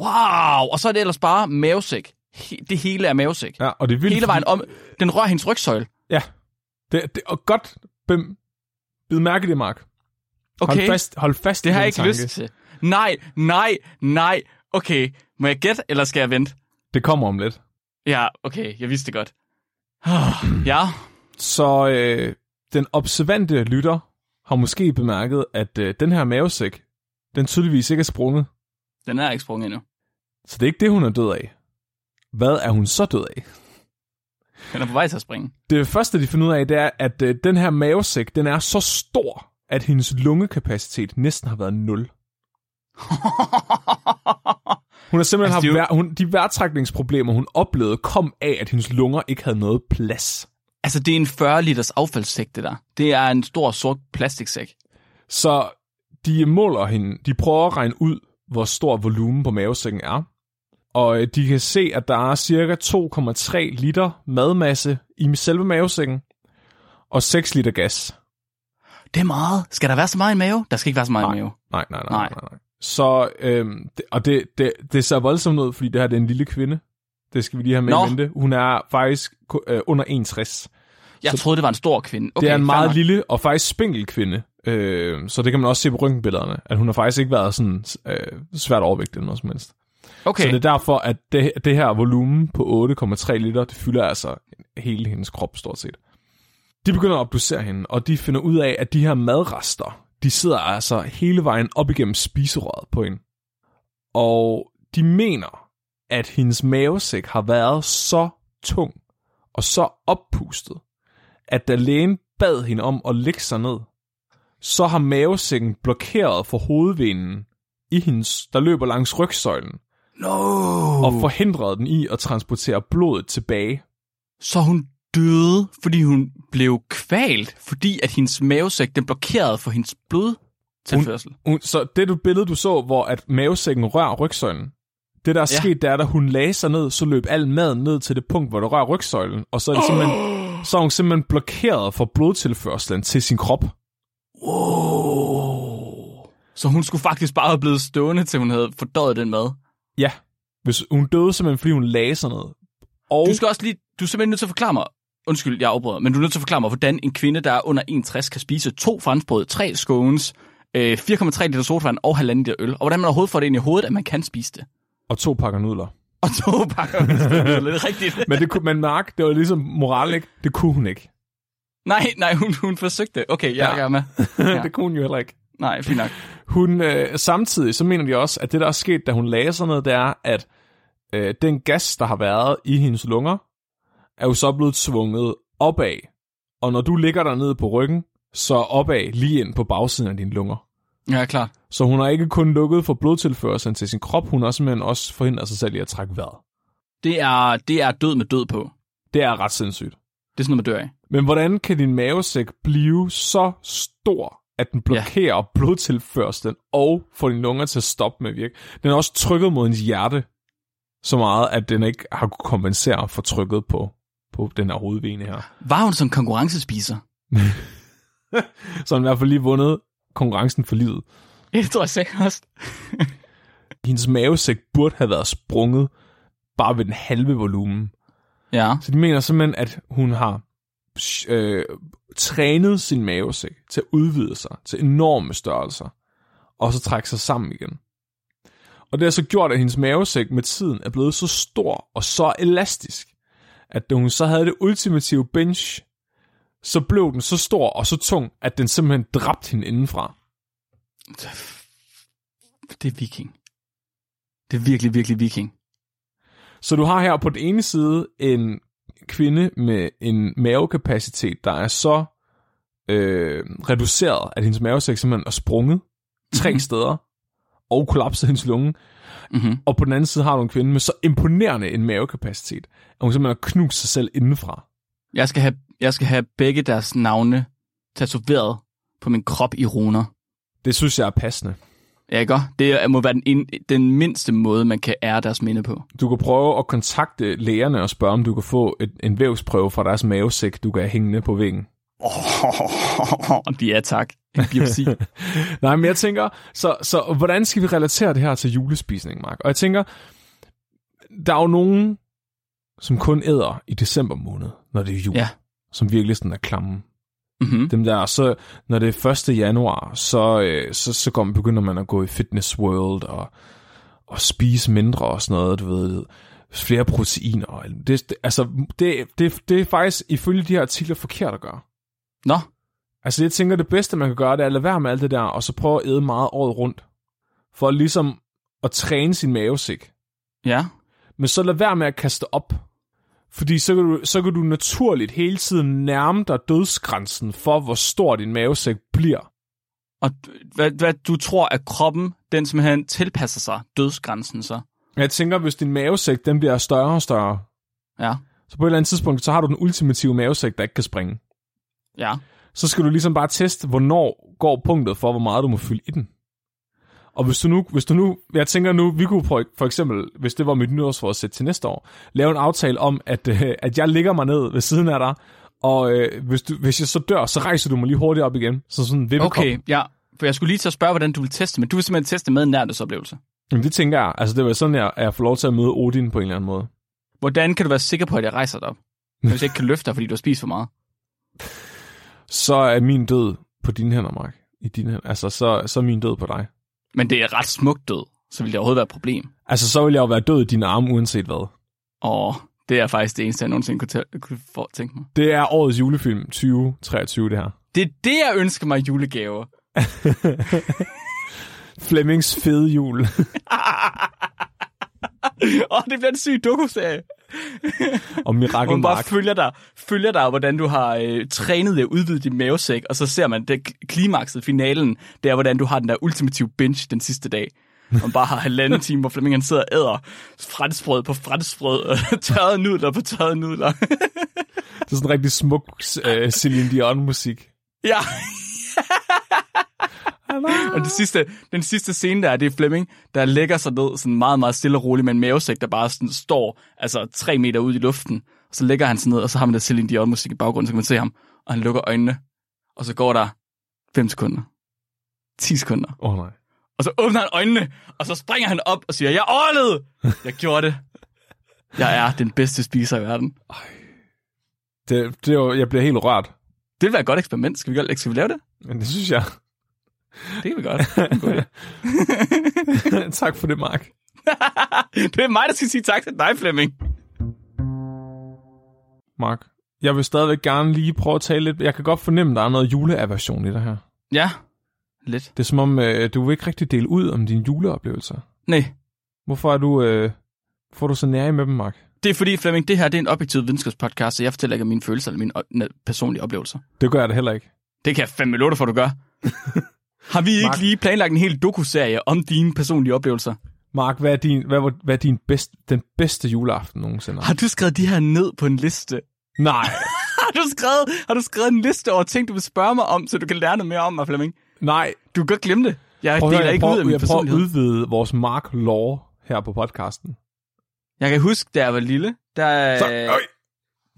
S2: Wow! Og så er det ellers bare mavesæk. He, det hele er mavesæk. Ja,
S1: ja og det er vildt,
S2: hele
S1: fordi-
S2: vejen om. Den rører hendes rygsøjle.
S1: Ja, det, det, og godt bem, bid mærke i det, Mark.
S2: Okay,
S1: Hold fast, hold fast i
S2: det har
S1: den
S2: jeg ikke
S1: tanke.
S2: lyst til. Nej, nej, nej. Okay, må jeg gætte, eller skal jeg vente?
S1: Det kommer om lidt.
S2: Ja, okay, jeg vidste det godt. Ah, ja,
S1: Så øh, den observante lytter har måske bemærket, at øh, den her mavesæk, den tydeligvis ikke er sprunget.
S2: den er ikke sprunget endnu.
S1: Så det er ikke det, hun er død af. Hvad er hun så død af?
S2: Den er på vej til at springe.
S1: Det første, de finder ud af, det er, at øh, den her mavesæk, den er så stor, at hendes lungekapacitet næsten har været nul. Hun har simpelthen
S2: Altså,
S1: altså,
S2: det er
S1: haft vær- hun, de værtrækningsproblemer, hun oplevede, kom af, at hendes lunger ikke havde noget plads.
S2: altså, det er en 40 liters affaldssæk, det der. Det er en stor sort plastiksæk.
S1: Så de måler hende. De prøver at regne ud, hvor stor volumen på mavesækken er. Og øh, de kan se, at der er cirka 2,3 liter madmasse i selve mavesækken. Og 6 liter gas.
S2: Det er meget. Skal der være så meget i en mave? Der skal ikke være så meget i en mave.
S1: Nej, nej, nej.
S2: Nej.
S1: nej. nej, nej. Så, øhm, det, og det, det, det ser voldsomt ud, fordi det her det er en lille kvinde. Det skal vi lige have med
S2: Nå.
S1: i mente. Hun er faktisk ku- øh, under 61.
S2: Jeg troede, det var en stor kvinde. Okay,
S1: det er en
S2: fair
S1: meget
S2: nok.
S1: lille og faktisk spinkel kvinde. Øh, så det kan man også se på røntgenbillederne, at hun har faktisk ikke været sådan øh, svært overvægtig eller noget som helst.
S2: Okay,
S1: Så det er derfor, at det, det her volumen på 8,3 liter, det fylder altså hele hendes krop stort set. De begynder at obducere hende, og de finder ud af, at de her madrester, de sidder altså hele vejen op igennem spiserøret på hende. Og de mener, at hendes mavesæk har været så tung og så oppustet, at da lægen bad hende om at lægge sig ned, så har mavesækken blokeret for hovedvenen i hendes, der løber langs rygsøjlen,
S2: No.
S1: og forhindrede den i at transportere blodet tilbage.
S2: Så hun døde, fordi hun blev kvalt, fordi at hendes mavesæk, den blokerede for hendes blodtilførsel. Hun...
S1: Hun- Så det du billede, du så, hvor at mavesækken rører rygsøjlen, det der er
S2: Ja.
S1: ja. sket, det er, at hun lagde sig ned, så løb al maden ned til det punkt, hvor det rører rygsøjlen, og så er, det simpelthen, så er hun simpelthen blokeret for blodtilførslen til sin krop.
S2: Wow. Så hun skulle faktisk bare have blevet stående, til hun havde fordøjet den mad.
S1: Ja, hvis hun døde simpelthen, fordi hun lagde sig ned. Og
S2: Du skal også lige, du er simpelthen nødt til at forklare mig, Undskyld, jeg afbryder, men du er nødt til at forklare mig, hvordan en kvinde, der er under 61, kan spise to franskbrød, tre scones, øh, 4,3 liter sodavand og halvanden liter øl. Og hvordan man overhovedet får det ind i hovedet, at man kan spise det.
S1: Og to pakker nudler.
S2: Og to pakker øl, det er lidt rigtigt.
S1: Men, det kunne, men Mark, det var ligesom moral, ikke? Det kunne hun ikke.
S2: Nej, nej, hun, hun forsøgte. Okay, jeg
S1: Ja.
S2: ja. er med.
S1: Ja.
S2: Ja.
S1: det kunne hun jo heller ikke.
S2: Nej, fint nok.
S1: Hun, øh, samtidig så mener de også, at det, der er sket, da hun lagde sådan noget, det er, at øh, den gas, der har været i hendes lunger, er jo så blevet svunget opad. Og når du ligger dernede på ryggen, så opad lige ind på bagsiden af dine lunger.
S2: Ja, klart.
S1: Så hun har ikke kun lukket for blodtilførselen til sin krop, hun har simpelthen også forhindret sig selv i at trække vejret.
S2: Det er, det er død med død på.
S1: Det er ret sindssygt.
S2: Det er sådan noget, man dør af.
S1: Men hvordan kan din mavesæk blive så stor, at den blokerer ja. blodtilførslen og får dine lunger til at stoppe med at virke? Den er også trykket mod ens hjerte så meget, at den ikke har kunnet kompensere for trykket på, på den her hovedvene her.
S2: Var hun som konkurrencespiser?
S1: Så den i hvert fald lige vundet konkurrencen for livet.
S2: Ja, Det tror jeg sikkert også.
S1: Hendes mavesæk burde have været sprunget bare ved den halve volumen.
S2: Ja.
S1: Så de mener simpelthen, at hun har øh, trænet sin mavesæk til at udvide sig til enorme størrelser, og så trække sig sammen igen. Og det har så gjort, at hendes mavesæk med tiden er blevet så stor og så elastisk, at da hun så havde det ultimative bench, så blev den så stor og så tung, at den simpelthen dræbte hende indenfra.
S2: Det er viking. Det er virkelig, virkelig viking.
S1: Så du har her på den ene side en kvinde med en mavekapacitet, der er så øh, reduceret, at hendes mavesæk simpelthen er sprunget tre mm-hmm. steder og kollapset hendes lunge.
S2: Mm-hmm.
S1: Og på den anden side har du en kvinde med så imponerende en mavekapacitet, at hun simpelthen har knust sig selv indenfra.
S2: Jeg, skal have, jeg skal have begge deres navne tatoveret på min krop i runer.
S1: Det synes jeg er passende.
S2: Ja, ikke? også? Det er- må være den, en, den mindste måde, man kan ære deres minde på.
S1: Du kan prøve at kontakte lægerne og spørge, om du kan få et, en vævsprøve fra deres mavesæk, du kan have hængende på væggen.
S2: Oh, ja, tak. En biopsi.
S1: Nej, men jeg tænker, så, så hvordan skal vi relatere det her til julespisning, Mark? Og jeg tænker, der er jo nogen, som kun æder i december måned, når det er jul,
S2: Ja.
S1: som virkelig sådan er klamme.
S2: mm-hmm.
S1: Dem der, så når det er 1. januar, så, øh, så, så går, man- begynder man at gå i Fitness World og, og spise mindre og sådan noget, du ved flere proteiner. og alt. Det, det, altså, det, det, det er faktisk ifølge de her artikler forkert at gøre.
S2: Nå,
S1: Altså, jeg tænker, det bedste, man kan gøre, det er at lade være med alt det der, og så prøve at æde meget året rundt. For ligesom at træne sin mavesæk.
S2: ja.
S1: Men så lad være med at kaste op. Fordi så kan, du, så kan du naturligt hele tiden nærme dig dødsgrænsen for, hvor stor din mavesæk bliver.
S2: Og d- hvad, hvad du tror, at kroppen, den simpelthen tilpasser sig dødsgrænsen så?
S1: Jeg tænker, hvis din mavesæk den bliver større og større,
S2: Ja,
S1: så på et eller andet tidspunkt, så har du den ultimative mavesæk, der ikke kan springe.
S2: ja.
S1: så skal du ligesom bare teste, hvornår går punktet for, hvor meget du må fylde i den. Og hvis du nu, hvis du nu jeg tænker nu, vi kunne for, for eksempel, hvis det var mit nytårsforsæt til næste år, lave en aftale om, at, øh, at jeg ligger mig ned ved siden af dig, og øh, hvis, du, hvis jeg så dør, så rejser du mig lige hurtigt op igen. Så sådan en vippekop.
S2: Okay, ja. For jeg skulle lige til at spørge, hvordan du vil teste, men du vil simpelthen teste med en nærdødsoplevelse.
S1: Jamen, det tænker jeg. Altså, det var sådan, jeg, at jeg får lov til at møde Odin på en eller anden måde.
S2: Hvordan kan du være sikker på, at jeg rejser dig op? Hvis jeg ikke kan løfte dig, fordi du har spist for meget.
S1: Så er min død på dine hænder, Mark. I dine hænder. Altså, så, så er min død på dig.
S2: Men det er ret smukt død, så vil det overhovedet være et problem.
S1: Altså, så vil jeg jo være død i dine arme, uanset hvad.
S2: Og det er faktisk det eneste, jeg nogensinde kunne, tæ- kunne for- tænke mig.
S1: Det er årets julefilm 2023, det her.
S2: Det er det, jeg ønsker mig i julegave.
S1: Flemmings fede jul.
S2: Åh, det bliver en syg dokuserie.
S1: og Mirakel
S2: Hun bare
S1: Mark.
S2: følger dig, følger dig, hvordan du har øh, trænet det at udvide din mavesæk, og så ser man det k- klimakset, finalen, det er, hvordan du har den der ultimative binge den sidste dag. Man bare har halvanden time, hvor Flemming han sidder og æder franskbrød på franskbrød, og tørrede nudler på tørrede nudler.
S1: Det er sådan rigtig smuk uh, Celine Dion-musik.
S2: ja, og det sidste, den sidste scene der, er, det er Flemming, der lægger sig ned sådan meget, meget stille og roligt med en mavesæk, der bare sådan står altså tre meter ud i luften. Og så lægger han sig ned, og så har man der Celine Dion-musik i baggrunden, så kan man se ham. Og han lukker øjnene, og så går der 5 sekunder. 10 sekunder.
S1: Åh oh, nej.
S2: Og så åbner han øjnene, og så springer han op og siger, jeg overlevede! Jeg gjorde det. Jeg er den bedste spiser i verden.
S1: Det, det var, jeg bliver helt rørt.
S2: Det ville være et godt eksperiment. Skal vi, gøre, skal vi lave det?
S1: Men det synes jeg.
S2: Det kan vi godt. Det er en god idé.
S1: tak for det, Mark.
S2: det er mig, der skal sige tak til dig, Flemming.
S1: Mark, jeg vil stadigvæk gerne lige prøve at tale lidt. Jeg kan godt fornemme, der er noget juleaversion i det her.
S2: Ja, lidt.
S1: Det er som om, øh, du vil ikke rigtig dele ud om dine juleoplevelser.
S2: Nej,
S1: Hvorfor er du, øh, får du så nære med dem, Mark?
S2: det er fordi, Flemming, det her det er en objektiv videnskabspodcast, så jeg fortæller ikke om mine følelser eller mine o- na- personlige oplevelser.
S1: Det gør jeg da heller ikke.
S2: Det kan jeg fandme love dig for, du gør. Har vi ikke
S1: Mark.
S2: lige planlagt en hel dokuserie om dine personlige oplevelser?
S1: Mark, hvad er din, hvad, var- hvad er din bedst, den bedste juleaften nogensinde?
S2: Har du skrevet de her ned på en liste?
S1: Nej,
S2: Har du skrevet, har du skrevet en liste over ting, du vil spørge mig om, så du kan lære noget mere om mig, Flemming?
S1: nej.
S2: Du kan godt glemme det. Jeg
S1: Prøv at
S2: deler
S1: høre, jeg
S2: ikke ud af
S1: prøver,
S2: min
S1: jeg prøver at
S2: personlighed.
S1: udvide vores Mark Law her på podcasten.
S2: Jeg kan huske, da jeg var lille, der,
S1: Så,
S2: øh,
S1: øj.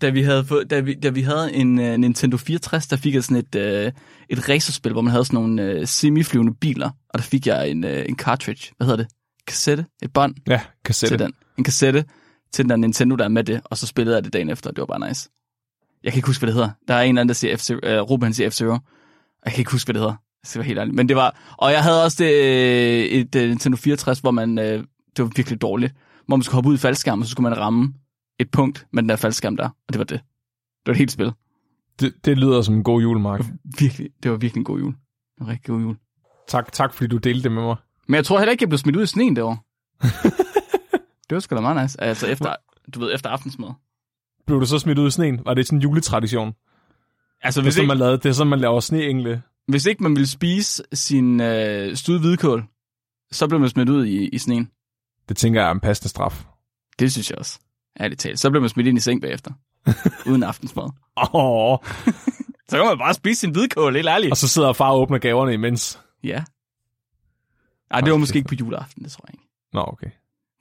S2: da, vi, havde fået, da, vi, da vi havde en uh, Nintendo 64, der fik jeg sådan et, uh, et racerspil, hvor man havde sådan nogle uh, semiflyvende biler, og der fik jeg en, uh, en cartridge, hvad hedder det? Kassette? Et bånd
S1: Ja,
S2: til
S1: kassette.
S2: den. En kassette til den der Nintendo, der er med det, og så spillede jeg det dagen efter, og det var bare nice. Jeg kan ikke huske, hvad det hedder. Der er en eller anden, der siger F-Zero, øh, Ruben han siger F-Zero. Jeg kan ikke huske, hvad det hedder. Jeg skal være helt ærlig. Men det var, og jeg havde også det, øh, et øh, Nintendo 64, hvor man, øh, det var virkelig dårligt, hvor man skulle hoppe ud i faldskærmen, og så skulle man ramme et punkt med den der faldskærm der, og det var det. Det var et helt spil.
S1: Det, det lyder som en god jul, Mark.
S2: Virkelig, det var virkelig en god jul. Det var en rigtig god jul.
S1: Tak, tak fordi du delte det med mig.
S2: Men jeg tror heller ikke, jeg blev smidt ud i sneen derovre. det var sgu da meget nice. Altså efter, du ved, efter aftensmad.
S1: Blev du så smidt ud i sneen? Var det sådan en juletradition?
S2: Altså,
S1: Det er,
S2: hvis
S1: sådan,
S2: ikke,
S1: man lavede, det er sådan, man laver sneengle.
S2: hvis ikke man ville spise sin øh, stude hvidkål, så blev man smidt ud i, i sneen.
S1: Det tænker jeg er en passende straf.
S2: Det synes jeg også. Ærligt talt. Så blev man smidt ind i seng bagefter. uden aftensmad.
S1: Åh,
S2: Så kan man bare spise sin hvidkål, helt ærligt.
S1: og så sidder far og åbner gaverne imens.
S2: Ja. Ej, det var måske ikke på juleaften, det tror jeg ikke.
S1: Nå, okay.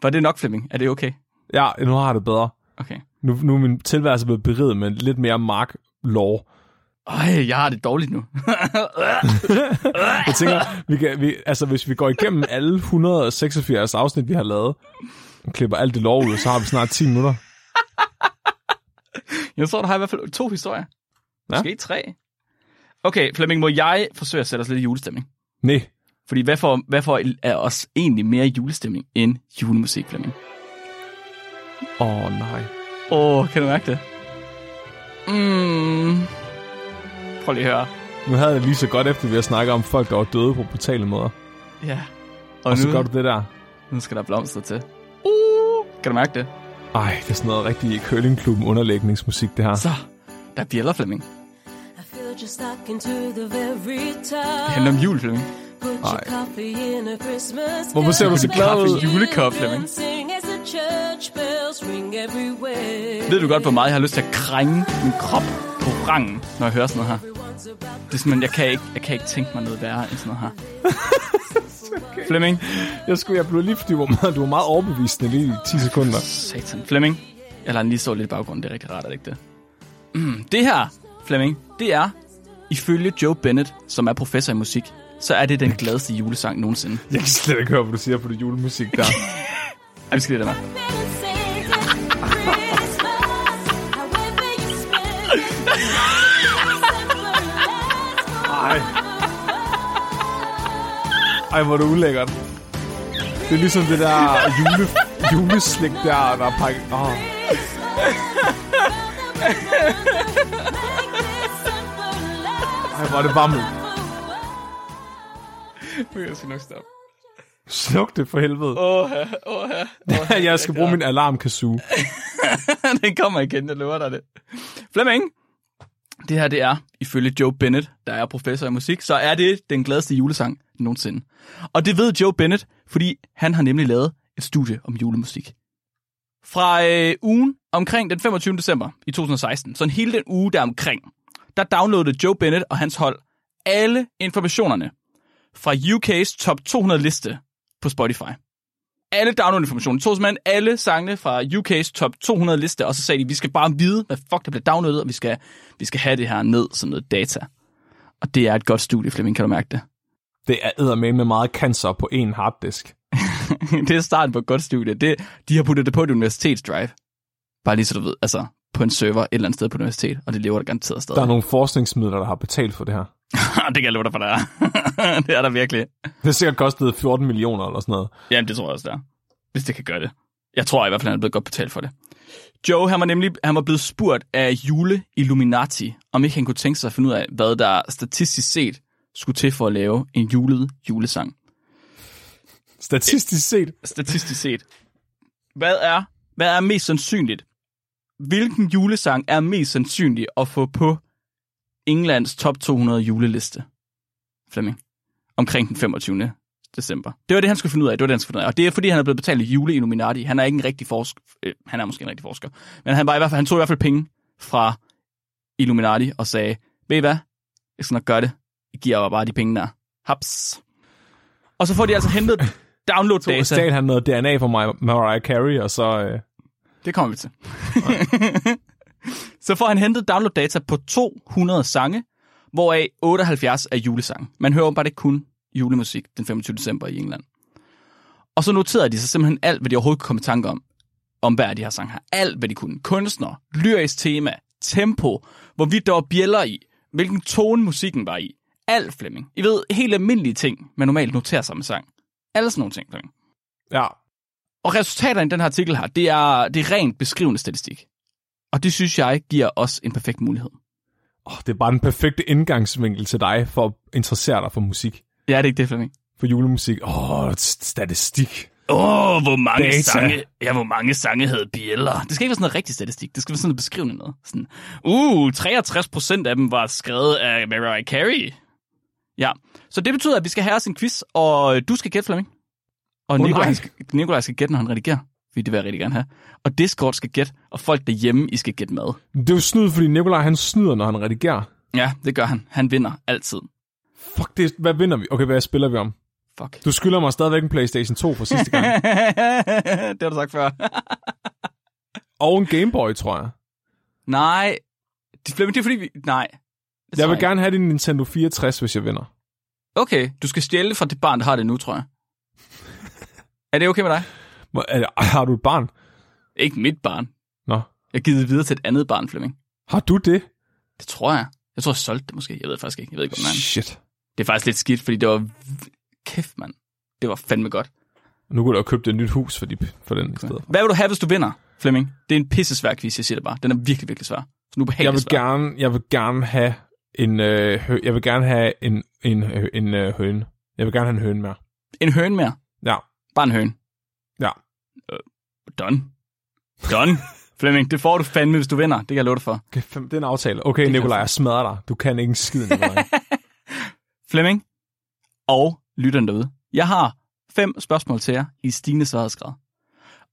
S2: Var det nok, Flemming? Er det okay?
S1: Ja, nu har jeg det bedre.
S2: Okay.
S1: Nu, nu er min tilværelse blevet beriget med lidt mere Mark Law.
S2: Ej, jeg har det dårligt nu.
S1: Jeg tænker, vi kan, vi, altså, hvis vi går igennem alle 186 afsnit, vi har lavet, og klipper alt det lov ud, så har vi snart 10 minutter.
S2: jeg tror, der har i hvert fald to historier.
S1: Ja.
S2: Måske tre. Okay, Flemming, må jeg forsøge at sætte os lidt i julestemning?
S1: Nej,
S2: Fordi hvad for, hvad for er os egentlig mere julestemning end julemusik, Flemming?
S1: åh oh, nej.
S2: Åh, oh, kan du mærke det? Mm. Prøv lige at høre.
S1: Nu havde jeg det lige så godt efter, vi har snakket om folk, der var døde på brutale måder.
S2: Ja.
S1: Og, og så gør du det der.
S2: nu skal der blomster til. Uh, kan du mærke det?
S1: Ej, det er sådan noget rigtig curlingklubben underlægningsmusik, det her.
S2: Så, der er bjæller, Flemming.
S4: I feel just stuck into the very
S2: Det
S4: top.
S2: handler om jul, Flemming.
S4: Put your coffee in a Christmas
S1: Hvorfor ser du så
S4: cup.
S1: glad ud?
S4: Kaffe i
S2: Julekop, Flemming.
S4: And sing as the church bells ring everywhere.
S2: Ved du godt, hvor meget jeg har lyst til at krænge min krop på rangen, når jeg hører sådan noget her?
S4: Everyone's about
S2: Det er simpelthen, jeg kan ikke, jeg kan ikke tænke mig noget værre end sådan noget her. Flemming.
S1: Jeg skulle, jeg blev lige, fordi du var meget, du var meget overbevisende lige i 10 sekunder.
S2: Satan. Flemming. Jeg lader den lige stå lidt i baggrunden. Det er rigtig rart, er det ikke det? Mm, det her, Flemming, det er, ifølge Joe Bennett, som er professor i musik, så er det den gladeste julesang nogensinde.
S1: Jeg kan slet ikke høre, hvad du siger på det julemusik der.
S2: Ej, vi skal lige det med.
S4: to sing Christmas. However you spend it, December lasts
S1: Ej. Ej, hvor er det ulækkert. Det er ligesom det der jule, juleslik der, der er pakket. Åh,
S4: December lasts
S1: ej, hvor er det varmt.
S2: Jeg skal nok stoppe.
S1: Sluk det for helvede.
S2: Åh, her, åh, her.
S1: Jeg skal bruge min alarmkassue.
S2: Den kommer igen, jeg lover dig det. Flemming, det her det er, ifølge Joe Bennett, der er professor i musik, så er det den gladeste julesang nogensinde. Og det ved Joe Bennett, fordi han har nemlig lavet et studie om julemusik. Fra øh, ugen omkring den 25. december i 2016, sådan hele den uge der omkring, der downloadede Joe Bennett og hans hold alle informationerne fra UK's top 200 liste på Spotify alle download-informationen. De tog simpelthen alle sangene fra UK's top 200 liste, og så sagde de, vi skal bare vide, hvad fuck der bliver downloadet, og vi skal, vi skal have det her ned som noget data. Og det er et godt studie, Flemming, kan du mærke det?
S1: Det er eddermame med meget cancer på en harddisk.
S2: det er starten på et godt studie. Det, de har puttet det på et universitetsdrive. Bare lige så du ved, altså, på en server et eller andet sted på universitet, og det lever der garanteret stadig.
S1: Der er nogle forskningsmidler, der har betalt for det her.
S2: det kan jeg love dig for, der er. det er der virkelig.
S1: Det har sikkert kostet 14 millioner eller sådan noget.
S2: Jamen, det tror jeg også, der. Hvis det kan gøre det. Jeg tror i hvert fald, han er blevet godt betalt for det. Joe, han var nemlig han var blevet spurgt af Jule Illuminati, om ikke han kunne tænke sig at finde ud af, hvad der statistisk set skulle til for at lave en julet julesang.
S1: Statistisk set.
S2: Statistisk set. Hvad er, hvad er mest sandsynligt? Hvilken julesang er mest sandsynlig at få på Englands top 200 juleliste? Flemming. Omkring den 25 december. Det var det, han skulle finde ud af. Det var det, han skulle finde ud af. Og det er, fordi han er blevet betalt i juleilluminati. Han er ikke en rigtig forsker. Øh, han er måske en rigtig forsker. Men han, var i hvert fald, han tog i hvert fald penge fra Illuminati og sagde, ved I hvad? Jeg skal nok gøre det. Jeg giver jer bare de penge der. Haps. Og så får de altså hentet
S1: Så
S2: download-data.
S1: stjal han noget DNA fra Mar- Mariah Carey, og så... Øh,
S2: Det kommer vi til. så får han hentet download-data på 200 sange, hvoraf 78 er julesange. Man hører åbenbart ikke kun julemusik den 25. december i England. Og så noterede de sig simpelthen alt, hvad de overhovedet kunne komme i tanke om, om hver af de her sange her. Alt, hvad de kunne. Kunstner, lyrisk tema, tempo, hvorvidt der var bjæller i, hvilken tone musikken var i. Alt, Flemming. I ved, helt almindelige ting, man normalt noterer sig med sang. Alle sådan nogle ting, Flemming.
S1: ja,
S2: Og resultaterne i den her artikel her, det er, det er rent beskrivende statistik. Og det synes jeg giver os en perfekt mulighed.
S1: oh, det er bare den perfekte indgangsvinkel til dig, for at interessere dig for musik.
S2: Ja, det er ikke det, Flemming.
S1: For julemusik. Åh, oh, statistik.
S2: Åh, oh, hvor mange
S1: Data.
S2: ja, hvor mange sange havde bjæller. Det skal ikke være sådan noget rigtig statistik, det skal være sådan noget beskrivende noget. Sådan, uh, 63 procent af dem var skrevet af Mariah Carey. Ja, så det betyder, at vi skal have os en quiz, og øh, du skal gætte, Flemming. Og
S1: nej.
S2: Nikolaj skal, Nikolaj skal gætte, når han redigerer, fordi det vil jeg rigtig gerne have. Og Discord skal gætte, og folk derhjemme, I skal gætte med.
S1: Det er jo snyd, fordi Nikolaj han snyder, når han redigerer.
S2: Ja, det gør han. Han vinder altid.
S1: Fuck, det, hvad vinder vi? Okay, hvad spiller vi om?
S2: Fuck.
S1: Du skylder mig stadigvæk en Playstation 2 fra sidste gang.
S2: det har du sagt før.
S1: og en Gameboy, tror jeg.
S2: nej. Det, Flemming, det er fordi vi... Nej. Det
S1: Jeg
S2: tror
S1: vil gerne have din Nintendo 64, hvis jeg vinder.
S2: ikke. Okay, du skal stjæle det fra det barn, der har det nu, tror jeg. er det okay med dig?
S1: Må- er det- Har du et barn?
S2: Ikke mit barn.
S1: Nå.
S2: Jeg har givet det videre til et andet barn, Flemming.
S1: Har du det?
S2: Det tror jeg. Jeg tror, jeg solgte det måske. Jeg ved faktisk ikke. Jeg ved ikke, om man.
S1: Shit.
S2: Det er faktisk lidt skidt, fordi det var... Kæft, mand. Det var fandme godt.
S1: Nu kunne du have købt et nyt hus for, de, for den i stedet.
S2: Hvad vil du have, hvis du vinder, Flemming? Det er en pissesvær quiz, jeg siger det bare. Den er virkelig, virkelig svær. Så nu
S1: Jeg
S2: behageligt
S1: vil
S2: svær.
S1: gerne, jeg vil gerne have en, øh, hø- jeg vil gerne have en, en, øh, en øh, høne. Jeg vil gerne have en høne mere.
S2: En høn mere.
S1: Ja.
S2: Bare en høn.
S1: Ja.
S2: Øh, done. Done. Flemming, det får du fandme, hvis du vinder. Det kan jeg love dig for.
S1: Okay, fem- det er en aftale. Okay, Nikolaj, jeg smadrer dig. Du kan ikke en skid, Nikolaj.
S2: Flemming og lytteren derude. Jeg har fem spørgsmål til jer i stigende sværhedsgrad.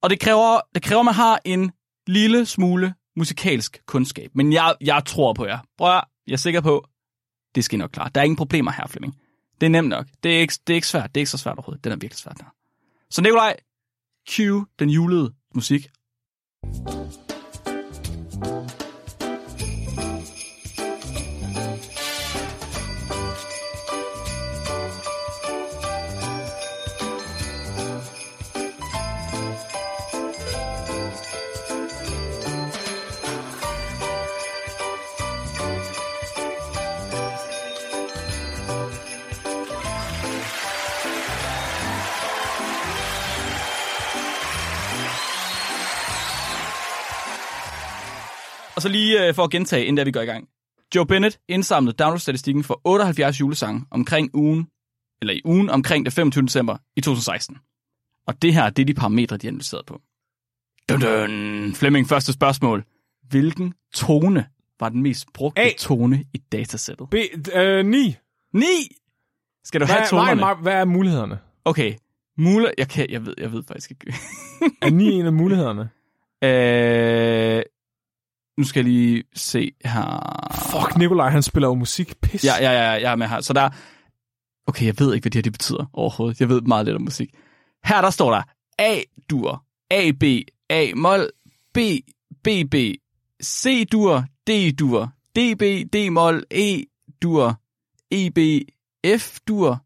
S2: Og det kræver, det kræver, at man har en lille smule musikalsk kundskab. Men jeg, jeg tror på jer. Prøv at, høre, jeg er sikker på, det skal I nok klare. Der er ingen problemer her, Flemming. Det er nemt nok. Det er ikke, det er ikke svært. Det er ikke så svært overhovedet. Den er virkelig svært der. Så Nikolaj, cue den julede musik. Og så lige øh, for at gentage, inden der vi går i gang. Joe Bennett indsamlede downloadstatistikken for 78 julesange omkring ugen, eller i ugen omkring den 25. december i 2016. Og det her, det er de parametre, de er analyseret på. Dun, dun. Flemming, første spørgsmål. Hvilken tone var den mest brugte
S1: A.
S2: tone i datasættet?
S1: B, øh, 9.
S2: 9! Skal du
S1: Hvad,
S2: have
S1: er- nej,
S2: tonerne?
S1: nej, hvad er mulighederne?
S2: Okay. Mule, jeg, kan, jeg, ved, jeg ved faktisk ikke.
S1: Er 9 en af mulighederne?
S2: øh, nu skal jeg lige se her.
S1: Fuck, Nikolaj, han spiller jo musik. Pis.
S2: Ja, ja, ja, ja, jeg er med her. Så der... Okay, jeg ved ikke, hvad det her det betyder overhovedet. Jeg ved meget lidt om musik. Her der står der A-dur, A-B, A-mol, B, B-B, C-dur, D-dur, D-B, D-mol, E-dur, E-B, F-dur,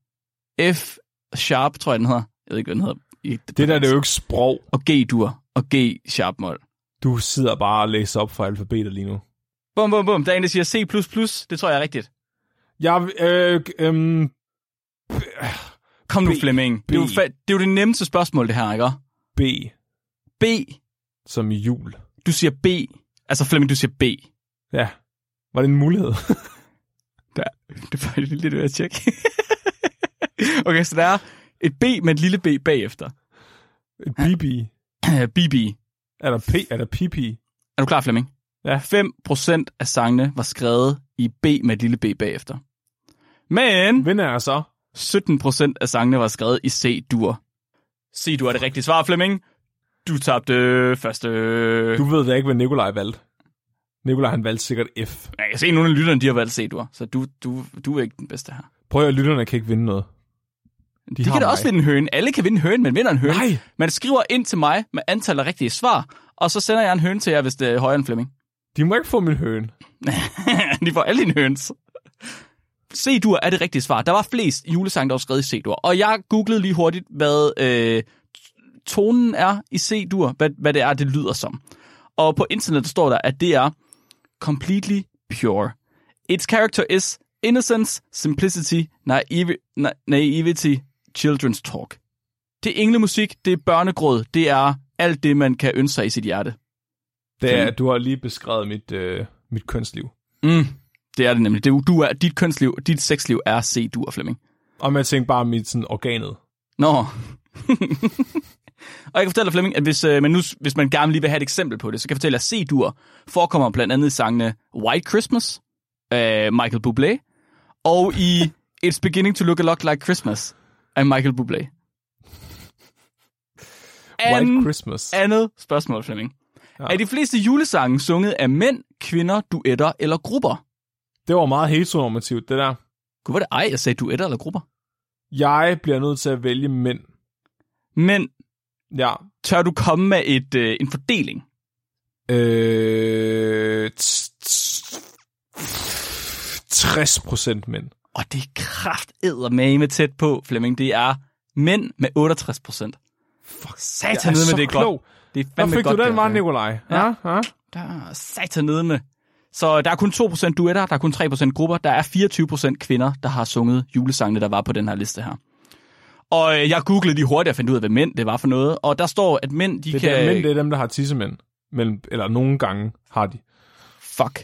S2: F-sharp, tror jeg, den hedder. Jeg ved ikke, hvad den hedder. i
S1: Det der, det er jo ikke sprog.
S2: Og G-dur og G-sharp-mol.
S1: Du sidder bare og læser op fra alfabetet lige nu.
S2: Bum, bum, bum. Der er en, der siger C++. Det tror jeg er rigtigt.
S1: Jeg, øh, øh,
S2: Kom nu,
S1: B.
S2: Flemming. Det er, jo
S1: B.
S2: fa- det er jo det nemmeste spørgsmål, det her, ikke?
S1: B
S2: B.
S1: som i jul.
S2: Du siger B. Altså, Flemming, du siger B.
S1: Ja. Var det en mulighed?
S2: Der. Det var lige lidt ved at tjekke. okay, så der er et B med et lille B bagefter.
S1: Et BB.
S2: BB.
S1: Er der P? Er der PP?
S2: Er du klar, Flemming?
S1: Ja.
S2: 5% af sangene var skrevet i B med et lille B bagefter. Men
S1: Vinder er så?
S2: 17% af sangene var skrevet i C-dur. C-dur er det rigtige svar, Flemming. Du tabte første...
S1: Du ved da ikke, hvad Nikolaj valgte. Nikolaj, han valgte sikkert F.
S2: Jeg kan se, at nogle af lytterne de har valgt C-dur, så du, du, du er ikke den bedste her.
S1: Prøv at høre, lytterne kan ikke vinde noget.
S2: De, de
S1: har
S2: kan da
S1: mig.
S2: også vinde en høne. Alle kan vinde en høne, men vinder en høne.
S1: Nej.
S2: Man skriver ind til mig med antallet af rigtige svar, og så sender jeg en høne til jer, hvis det er højere end Flemming.
S1: De må ikke få min høne.
S2: de får alle dine høns. C-dur er det rigtige svar. Der var flest julesange, der var skrevet i C-dur. Og jeg googlede lige hurtigt, hvad øh, t- tonen er i C-dur, hvad, hvad det er, det lyder som. Og på internettet står der, at det er completely pure. Its character is innocence, simplicity, naive, na, naivety, children's talk. Det er englemusik, det er børnegråd, det er alt det, man kan ønske sig i sit hjerte.
S1: Det er,
S2: Fint.
S1: at du har lige beskrevet mit, øh, mit kønsliv.
S2: Mm, det er det nemlig. Det, er- du er, dit kønsliv, dit sexliv er C, du er Flemming.
S1: Og man tænkte bare mit sådan, organet.
S2: Nå. og jeg kan fortælle dig, Flemming, at hvis, øh, man nu, hvis man gerne lige vil have et eksempel på det, så kan jeg fortælle, at C-dur forekommer blandt andet i sangene White Christmas, af Michael Bublé, og i It's Beginning to Look a Lot Like Christmas af Michael Bublé.
S1: White
S2: Anden-
S1: Christmas.
S2: andet spørgsmål, Flemming.
S1: Ja.
S2: Ja. Er de fleste julesange sunget af mænd, kvinder, duetter eller grupper?
S1: Det var meget heteronormativt, det der.
S2: Gud, var det ej, jeg sagde duetter eller grupper?
S1: Jeg bliver nødt til at vælge mænd.
S2: Men
S1: Ja.
S2: tør du komme med et, øh, en fordeling?
S1: Øh, t- t- 60 procent mænd.
S2: Og det er krafteddermame tæt på, Flemming. Det er mænd med 68 procent. Fuck, satan nede med det er godt. Det er
S1: Der
S2: fandme
S1: fik
S2: godt,
S1: du den
S2: det her,
S1: var, Nikolaj. Ja.
S2: Ja.
S1: ja.
S2: Der er satan nede med. Så der er kun 2% duetter, der er kun 3% grupper, der er 24% kvinder, der har sunget julesangene, der var på den her liste her. Og øh, jeg googlede lige hurtigt og fandt ud af, hvad mænd det var for noget. Og der står, at mænd, de
S1: Det
S2: kan...
S1: er, der, mænd, det er dem, der har tissemænd. Mellem, eller nogle gange har de.
S2: Fuck.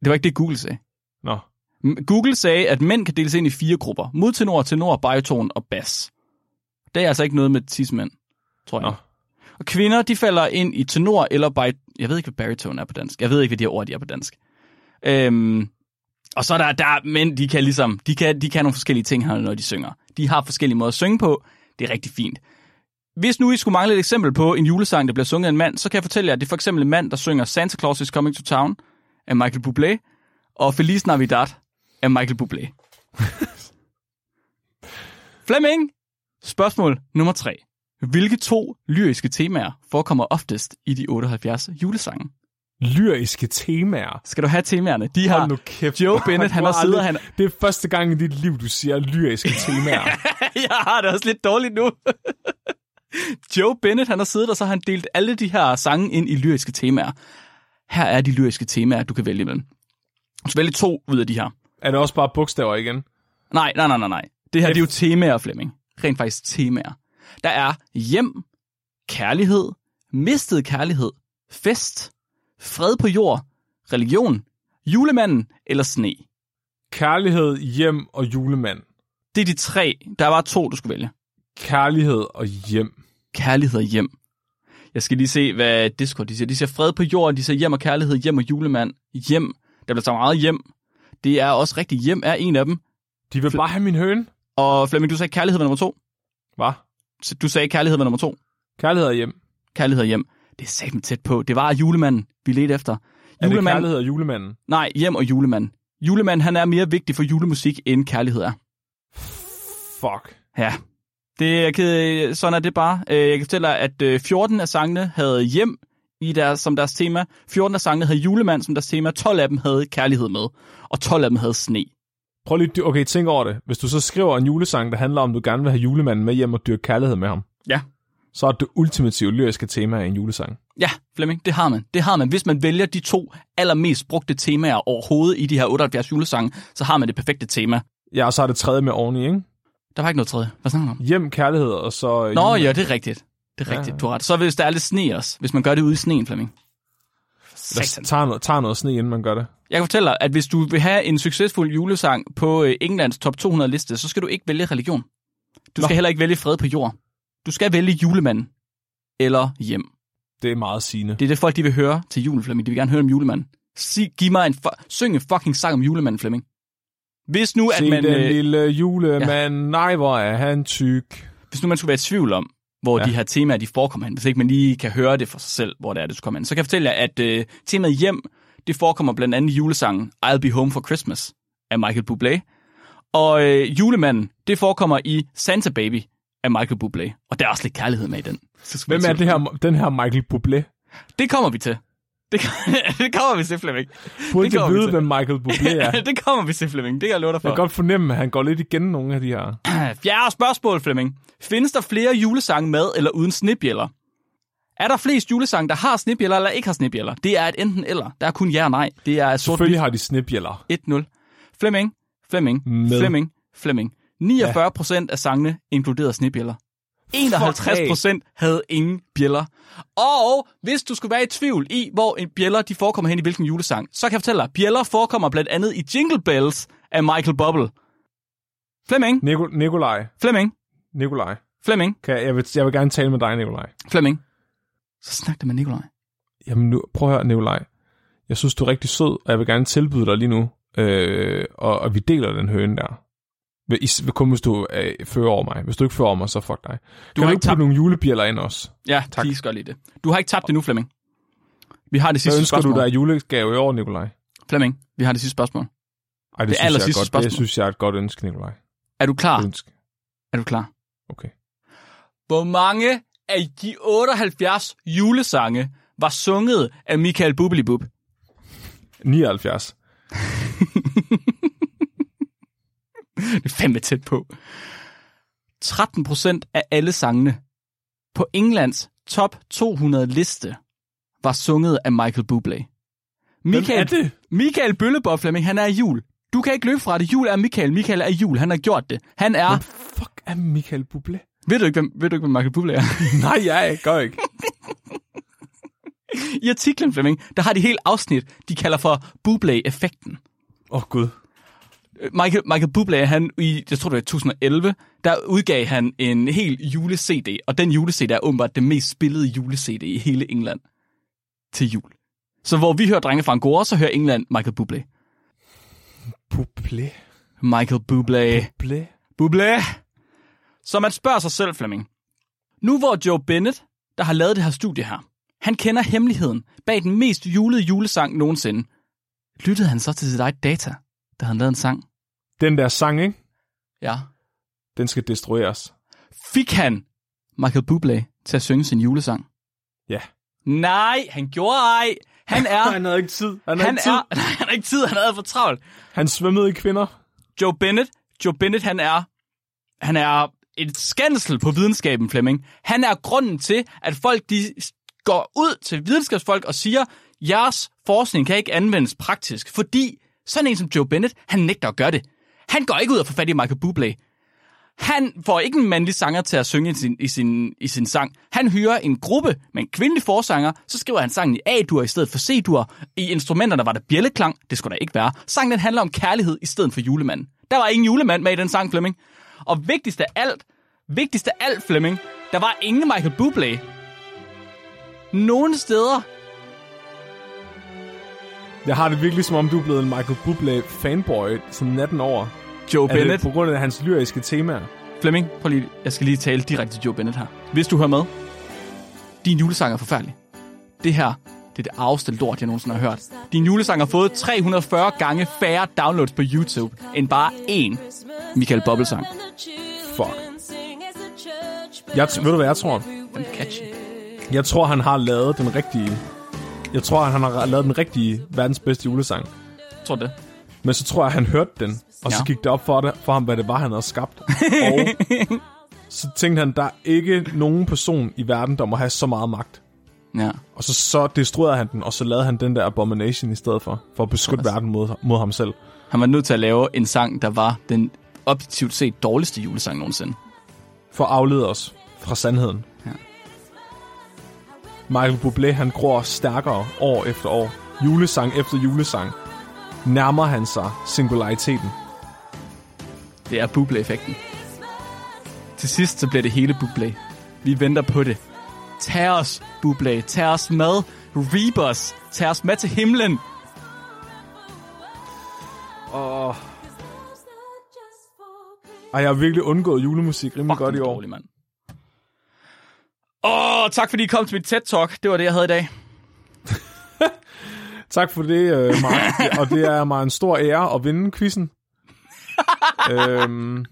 S2: Det var ikke det, Google sagde.
S1: Nå.
S2: M- Google sagde, at mænd kan deles ind i fire grupper. Modtenor, tenor, bariton og bas. Det er altså ikke noget med tidsmænd, tror jeg.
S1: Nå.
S2: Og kvinder, de falder ind i tenor eller bariton. Jeg ved ikke, hvad bariton er på dansk. Jeg ved ikke, hvad de her ord de er på dansk. Øhm, og så er der, der er mænd, de kan ligesom, de kan, de kan nogle forskellige ting her, når de synger. De har forskellige måder at synge på. Det er rigtig fint. Hvis nu I skulle mangle et eksempel på en julesang, der bliver sunget af en mand, så kan jeg fortælle jer, at det er for eksempel en mand, der synger Santa Claus is Coming to Town af Michael Bublé, og Feliz Navidad af Michael Bublé. Flemming, spørgsmål nummer 3. Hvilke to lyriske temaer forekommer oftest i de 78 julesange?
S1: Lyriske temaer.
S2: Skal du have temaerne? De har
S1: Hold nu kæft.
S2: Joe Bennett, han
S1: Du
S2: har siddet,
S1: aldrig-
S2: han...
S1: Det er første gang i dit liv, du siger lyriske temaer.
S2: Jeg har det også lidt dårligt nu. Joe Bennett, han har siddet, og så har han delt alle de her sange ind i lyriske temaer. Her er de lyriske temaer, du kan vælge imellem. Du skal vælge to ud af de her.
S1: er det også bare bogstaver igen?
S2: Nej, nej, nej, nej, nej. Det her, det er jo temaer, Flemming. Rent faktisk temaer. Der er hjem, kærlighed, mistet kærlighed, fest, fred på jord, religion, julemanden eller sne.
S1: Kærlighed, hjem og julemand.
S2: Det er de tre. Der var to, du skulle vælge.
S1: Kærlighed og hjem.
S2: Kærlighed og hjem. Jeg skal lige se, hvad Discord de siger. De siger fred på jord, de siger hjem og kærlighed, hjem og julemand, hjem. Der bliver så meget hjem. Det er også rigtigt. Hjem er en af dem.
S1: De vil bare have min høne.
S2: Og Flemming, du sagde kærlighed var nummer to.
S1: Hva?
S2: Så Du sagde kærlighed var nummer to.
S1: Kærlighed og hjem.
S2: Kærlighed og hjem. Det er satme tæt på. Det var julemanden, vi ledte efter.
S1: Er det kærlighed og julemanden?
S2: Nej, hjem og julemanden. Julemanden, han er mere vigtig for julemusik, end kærlighed er.
S1: Fuck.
S2: Ja, det er jeg ked af. Sådan er det bare. Øh, Jeg kan fortælle dig, at øh, 14 af sangene havde hjem i deres, som deres tema. 14 af sangene havde julemand som deres tema. 12 af dem havde kærlighed med. Og 12 af dem havde sne.
S1: Prøv lige, okay, tænk over det. Hvis du så skriver en julesang, der handler om, at du gerne vil have julemanden med hjem og dyrke kærlighed med ham,
S2: Ja.
S1: så er det ultimative lyriske tema af en julesang.
S2: Ja, Flemming, det har man. Det har man. Hvis man vælger de to allermest brugte temaer overhovedet i de her 78 julesange, så har man det perfekte tema.
S1: Ja, og så er det tredje med oveni, ikke?
S2: Der var ikke noget tredje. Hvad snakker du om?
S1: Hjem, kærlighed og så... øh,
S2: Nå
S1: jule-
S2: ja, det er rigtigt. Det er
S1: Ja.
S2: rigtigt, du har ret. Så hvis der er lidt sne også, hvis man gør det ude i sneen, Flemming.
S1: Der
S2: Satan.
S1: tager noget, tager noget sne, inden man gør det.
S2: Jeg kan fortælle dig, at hvis du vil have en succesfuld julesang på øh, Englands top 200 liste, så skal du ikke vælge religion. Du skal heller ikke vælge fred på jord. Du skal vælge julemanden eller hjem.
S1: Det er meget sigende.
S2: Det er det folk, de vil høre til julen, Flemming. De vil gerne høre om julemanden. Sig, giv mig en fu- syng en fucking sang om julemanden, Flemming. Hvis nu, at
S1: Se
S2: man,
S1: den øh...
S2: øh,
S1: lille julemand, ja. nej hvor er han tyk.
S2: hvis nu man skulle være i tvivl om, hvor
S1: Ja.
S2: ja. de her temaer de forekommer hen, hvis ikke man lige kan høre det for sig selv, hvor det er, det skulle komme hen, så kan jeg fortælle jer, at øh, temaet hjem, det forekommer blandt andet i julesangen I'll Be Home for Christmas af Michael Bublé. Og øh, julemanden, det forekommer i Santa Baby af Michael Bublé. Og der er også lidt kærlighed med i den. Så skal man
S1: Hvem er
S2: tænke-
S1: det her, den her Michael Bublé?
S2: Det kommer vi til. Det, det kommer vi til, Flemming.
S1: Burde
S2: Det
S1: det
S2: kommer vi
S1: vide,
S2: til.
S1: hvem Michael Bublé er?
S2: Ja. det kommer vi til, Flemming. Det kan jeg love dig
S1: Jeg
S2: for.
S1: kan godt fornemme, at han går lidt igen nogle af de her.
S2: Fjerde spørgsmål, Flemming. Findes der flere julesange med eller uden snibjæller? Er der flest julesange, der har snibjæller eller ikke har snibjæller? Det er et enten eller. Der er kun ja og nej. Det er sort
S1: Selvfølgelig har de snibjæller.
S2: 1-0. Flemming, Flemming,
S1: Med.
S2: Flemming, Flemming. 49 procent af sangene inkluderede snibjæller. 51 procent havde ingen bjæller. Og hvis du skulle være i tvivl i, hvor en bjæller de forekommer hen i hvilken julesang, så kan jeg fortælle dig, bjæller forekommer blandt andet i Jingle Bells af Michael Bubble. Flemming,
S1: Nico, Nikolaj,
S2: Flemming,
S1: Nikolaj,
S2: Flemming,
S1: kan jeg, jeg, vil, jeg vil gerne tale med dig, Nikolaj.
S2: Flemming. Så snak det med Nikolaj.
S1: Jamen nu, prøv at høre, Nikolaj. Jeg synes, du er rigtig sød, og jeg vil gerne tilbyde dig lige nu. Øh, og, og vi deler den høne der. Vil- is- Kun hvis du øh, fører over mig. Hvis du ikke fører over mig, så fuck dig. Du kan
S2: har
S1: du
S2: ikke
S1: ikke putte
S2: tabt-
S1: nogle julebjæller ind også?
S2: Ja,
S1: Tak.
S2: tak. Please, gør lige det. Du har ikke tabt det nu, Flemming. Vi har det
S1: Hvad
S2: sidste
S1: ønsker
S2: spørgsmål.
S1: du dig i julegave i år, Nikolaj?
S2: Flemming, vi har det sidste spørgsmål.
S1: Ej, det, det
S2: Det
S1: synes, jeg er
S2: allersidste
S1: godt.
S2: spørgsmål.
S1: det synes jeg er et godt ønske, Nikolaj.
S2: Er du klar?
S1: Ønske. Mm.
S2: Er du klar?
S1: Okay.
S2: Hvor mange af de 78 julesange var sunget af Michael Bublibub?
S1: 79.
S2: Det er fandme tæt på. 13 procent af alle sangene på Englands top 200 liste var sunget af Michael Bublé. Michael,
S1: er det?
S2: Michael Bøllebop Flemming, han er i jul. Du kan ikke løbe fra det. Jul er Michael. Michael er i jul. Han har gjort det. Han er...
S1: Hvem fuck er Michael Bublé?
S2: Ved du ikke, hvem, ved du ikke, hvem Michael Bublé er?
S1: Nej, jeg gør ikke.
S2: I artiklen, Flemming, der har de helt afsnit, de kalder for Bublé-effekten.
S1: Åh, oh, Gud.
S2: Øh, Michael, Michael Bublé, han i, jeg tror det var i 2011, der udgav han en hel jule-CD, og den jule-CD er åbenbart det mest spillede jule-CD i hele England til jul. Så hvor vi hører Drenge fra Angora, så hører England Michael Bublé.
S1: Bublé.
S2: Michael Bublé.
S1: Bublé.
S2: Bublé. Så man spørger sig selv, Flemming. Nu hvor Joe Bennett, der har lavet det her studie her, han kender hemmeligheden bag den mest julede julesang nogensinde. Lyttede han så til sit eget data, da han lavede en sang?
S1: Den der sang, ikke?
S2: Ja.
S1: Den skal destrueres.
S2: Fik han Michael Bublé til at synge sin julesang?
S1: Ja.
S2: Nej, han gjorde ej. Han er...
S1: Han havde ikke tid. Han, havde
S2: han,
S1: ikke tid.
S2: er, han har ikke tid, han havde for travlt.
S1: han svømmede i kvinder.
S2: Joe Bennett, Joe Bennett, han er, han er et skændsel på videnskaben, Flemming. Han er grunden til, at folk de går ud til videnskabsfolk og siger, jeres forskning kan ikke anvendes praktisk, fordi sådan en som Joe Bennett, han nægter at gøre det. Han går ikke ud og får fat i Michael Bublé. Han får ikke en mandlig sanger til at synge i sin, i, sin, i sin sang. Han hyrer en gruppe med en kvindelig forsanger, så skriver han sangen i A-dur i stedet for C-dur. I instrumenterne var der bjælleklang, det skulle der ikke være. Sangen den handler om kærlighed i stedet for julemanden. Der var ingen julemand med i den sang, Flemming. Og vigtigst af alt, vigtigst af alt, Flemming, der var ingen Michael Bublé. Nogle steder
S1: Jeg har det virkelig, som om du er blevet en Michael Bublé-fanboy sådan natten over.
S2: Joe
S1: Er det
S2: Bennett.
S1: på grund af hans lyriske temaer?
S2: Flemming, prøv lige, jeg skal lige tale direkte til Joe Bennett her. Hvis du hører med, din julesang er forfærdelig. Det her, det er det arveste lort, jeg nogensinde har hørt. Din julesang har fået 340 gange færre downloads på YouTube, end bare én. Michael Bobbelsang.
S1: Fuck. Jeg t- ved du, hvad jeg tror?
S2: Den er catchy.
S1: Jeg tror, han har lavet den rigtige... Jeg tror, han har lavet den rigtige verdens bedste julesang.
S2: Tror du det?
S1: Men så tror jeg, han hørte den, og ja. så
S2: Ja.
S1: gik det op for, det, for ham, hvad det var, han havde skabt. Og så tænkte han, der er ikke nogen person i verden, der må have så meget magt.
S2: Ja.
S1: Og så, så destruerede han den, og så lavede han den der Abomination i stedet for, for at beskytte verden mod, mod ham selv.
S2: Han var nødt til at lave en sang, der var den objektivt set dårligste julesang nogensinde.
S1: For at aflede os fra sandheden.
S2: Ja.
S1: Michael Bublé, han gror stærkere år efter år. Julesang efter julesang. Nærmer han sig singulariteten.
S2: Det er buble-effekten. Til sidst så bliver det hele buble. Vi venter på det. Tag os, buble. Tag os med. Reap os. Tag os med til himlen.
S1: Og... Ej, jeg har virkelig undgået julemusik rimelig
S2: Fuck,
S1: godt i
S2: den er
S1: år.
S2: Dårlig, mand. Åh, tak fordi I kom til mit TED-talk. Det var det, jeg havde i dag.
S1: Tak for det, øh, Mark. og det er mig en stor ære at vinde quizzen. øhm,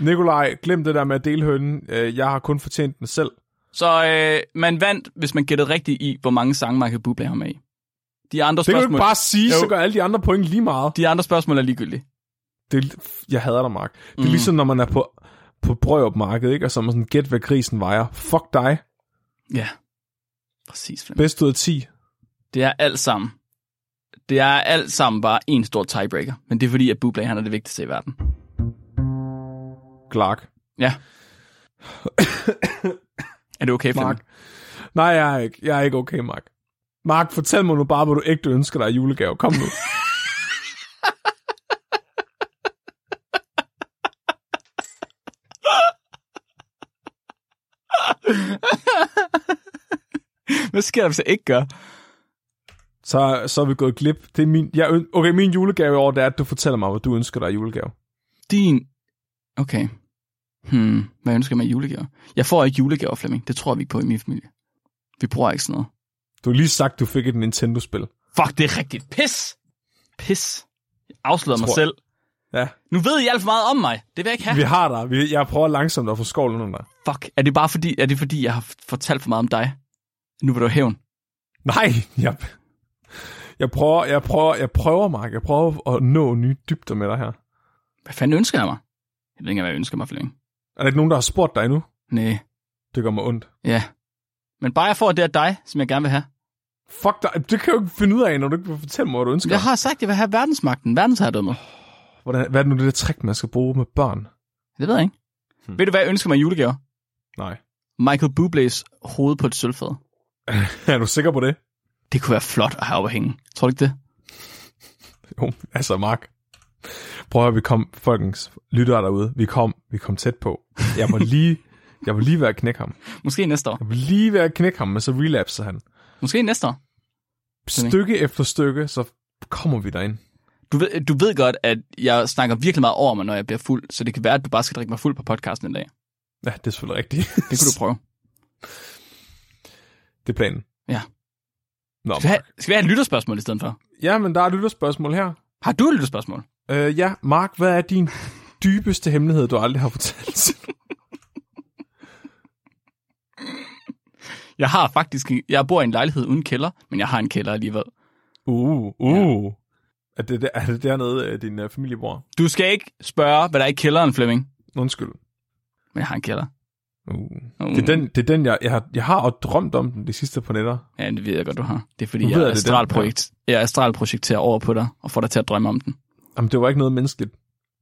S1: Nikolaj, glem det der med at dele hønnen. Øh, Jeg har kun fortjent den selv.
S2: Så øh, man vandt, hvis man gættede rigtigt i, hvor mange sange Michael Bublé har med i. De andre,
S1: Det kan du
S2: spørgsmål,
S1: ikke bare sige,
S2: Jo.
S1: så gør alle de andre point lige meget.
S2: de andre spørgsmål er ligegyldige.
S1: Det, jeg hader dig, Mark. Det er mm. ligesom, når man er på, på brødopmarkedet, ikke? og så er man sådan, gæt hvad grisen vejer. Fuck dig.
S2: Ja, præcis. Flemming.
S1: Bedst ud af 10.
S2: Det er alt sammen. Det er alt sammen bare en stor tiebreaker. Men det er fordi, at Bublé, han er det vigtigste i verden.
S1: Clark.
S2: Ja. er det okay, Flemming?
S1: Mark. Nej, jeg er ikke, jeg er ikke okay, Mark. Mark, fortæl mig nu bare, hvad du ægte ønsker dig i julegave. Kom nu.
S2: Hvad sker der, hvis jeg ikke gør?
S1: så, så er vi gået glip. Det er min, jeg, øn- okay, min julegave i år, det er, at du fortæller mig, hvad du ønsker dig i julegave.
S2: Din... Okay. Hmm, hvad ønsker jeg mig i julegaver? Jeg får ikke julegaver, Flemming. Det tror vi ikke på i min familie. Vi bruger ikke sådan noget.
S1: Du har lige sagt, du fik et Nintendo-spil.
S2: Fuck, det er rigtigt. Pis! Pis. Jeg afslører mig
S1: Tror-
S2: selv.
S1: Ja,
S2: Nu ved I alt for meget om mig. Det vil jeg ikke have.
S1: vi har dig. Vi, jeg prøver langsomt at få skovlen under dig.
S2: Fuck, er det bare fordi, er det fordi, jeg har fortalt for meget om dig? Nu vil du have hævn.
S1: Nej, jeg, jeg, prøver, jeg, prøver, jeg prøver, Mark. Jeg prøver at nå nye dybder med dig her.
S2: Hvad fanden ønsker jeg mig? Jeg ved ikke, engang, hvad jeg ønsker mig, Flemming.
S1: Er der ikke nogen, der har spurgt dig endnu?
S2: Nej,
S1: Det gør mig ondt.
S2: ja. Men bare jeg får det af dig, som jeg gerne vil have.
S1: Fuck dig. Det kan jeg jo ikke finde ud af, når du ikke vil fortælle mig, hvad du ønsker.
S2: Jeg har sagt, at jeg vil have verdensmagten, verdensherredømmet.
S1: Hvordan, hvad er det nu det der trick, man skal bruge med børn?
S2: Det ved jeg ikke. Hmm. Ved du, hvad jeg ønsker mig i julegave?
S1: Nej.
S2: Michael Bublé's hoved på et sølvfad.
S1: er du sikker på det?
S2: Det kunne være flot at have op at hænge. Tror du ikke det?
S1: Jo, altså Mark. Prøv at høre, vi kom, folkens lyttere derude, vi kom, vi kom tæt på. Jeg var lige, jeg var lige ved at knække ham.
S2: Måske næste år.
S1: Jeg var lige ved at knække ham, men så relapser han.
S2: Måske næste år.
S1: Stykke efter stykke, så kommer vi derind.
S2: Du ved, du ved godt, at jeg snakker virkelig meget over mig, når jeg bliver fuld, så det kan være, at du bare skal drikke mig fuld på podcasten en dag.
S1: Ja, det er selvfølgelig rigtigt.
S2: Det kunne du prøve.
S1: det er planen.
S2: Ja.
S1: Nå,
S2: Skal vi have,
S1: Mark.
S2: skal vi have et lytterspørgsmål i stedet for?
S1: ja, men der er et lytterspørgsmål her.
S2: Har du et lytterspørgsmål?
S1: Øh, ja, Mark, hvad er din dybeste hemmelighed, du aldrig har fortalt?
S2: Jeg har faktisk... en- Jeg bor i en lejlighed uden kælder, men jeg har en kælder alligevel.
S1: uh, uh. Ja. Er, det, der- er det dernede, øh, din uh, familie bor?
S2: Du skal ikke spørge, hvad der er i kælderen, Flemming.
S1: Undskyld.
S2: Men jeg har en kælder.
S1: Uh.
S2: Uh.
S1: Det er den, det er den jeg, jeg, har, jeg har og drømt om den de sidste par nætter.
S2: Ja, det ved jeg godt, du har. Det er fordi,
S1: Nu
S2: jeg,
S1: ved jeg,
S2: jeg,
S1: det er den,
S2: astralprojekt, jeg astralprojekterer over på dig, og får dig til at drømme om den.
S1: Jamen, det var ikke noget menneskeligt.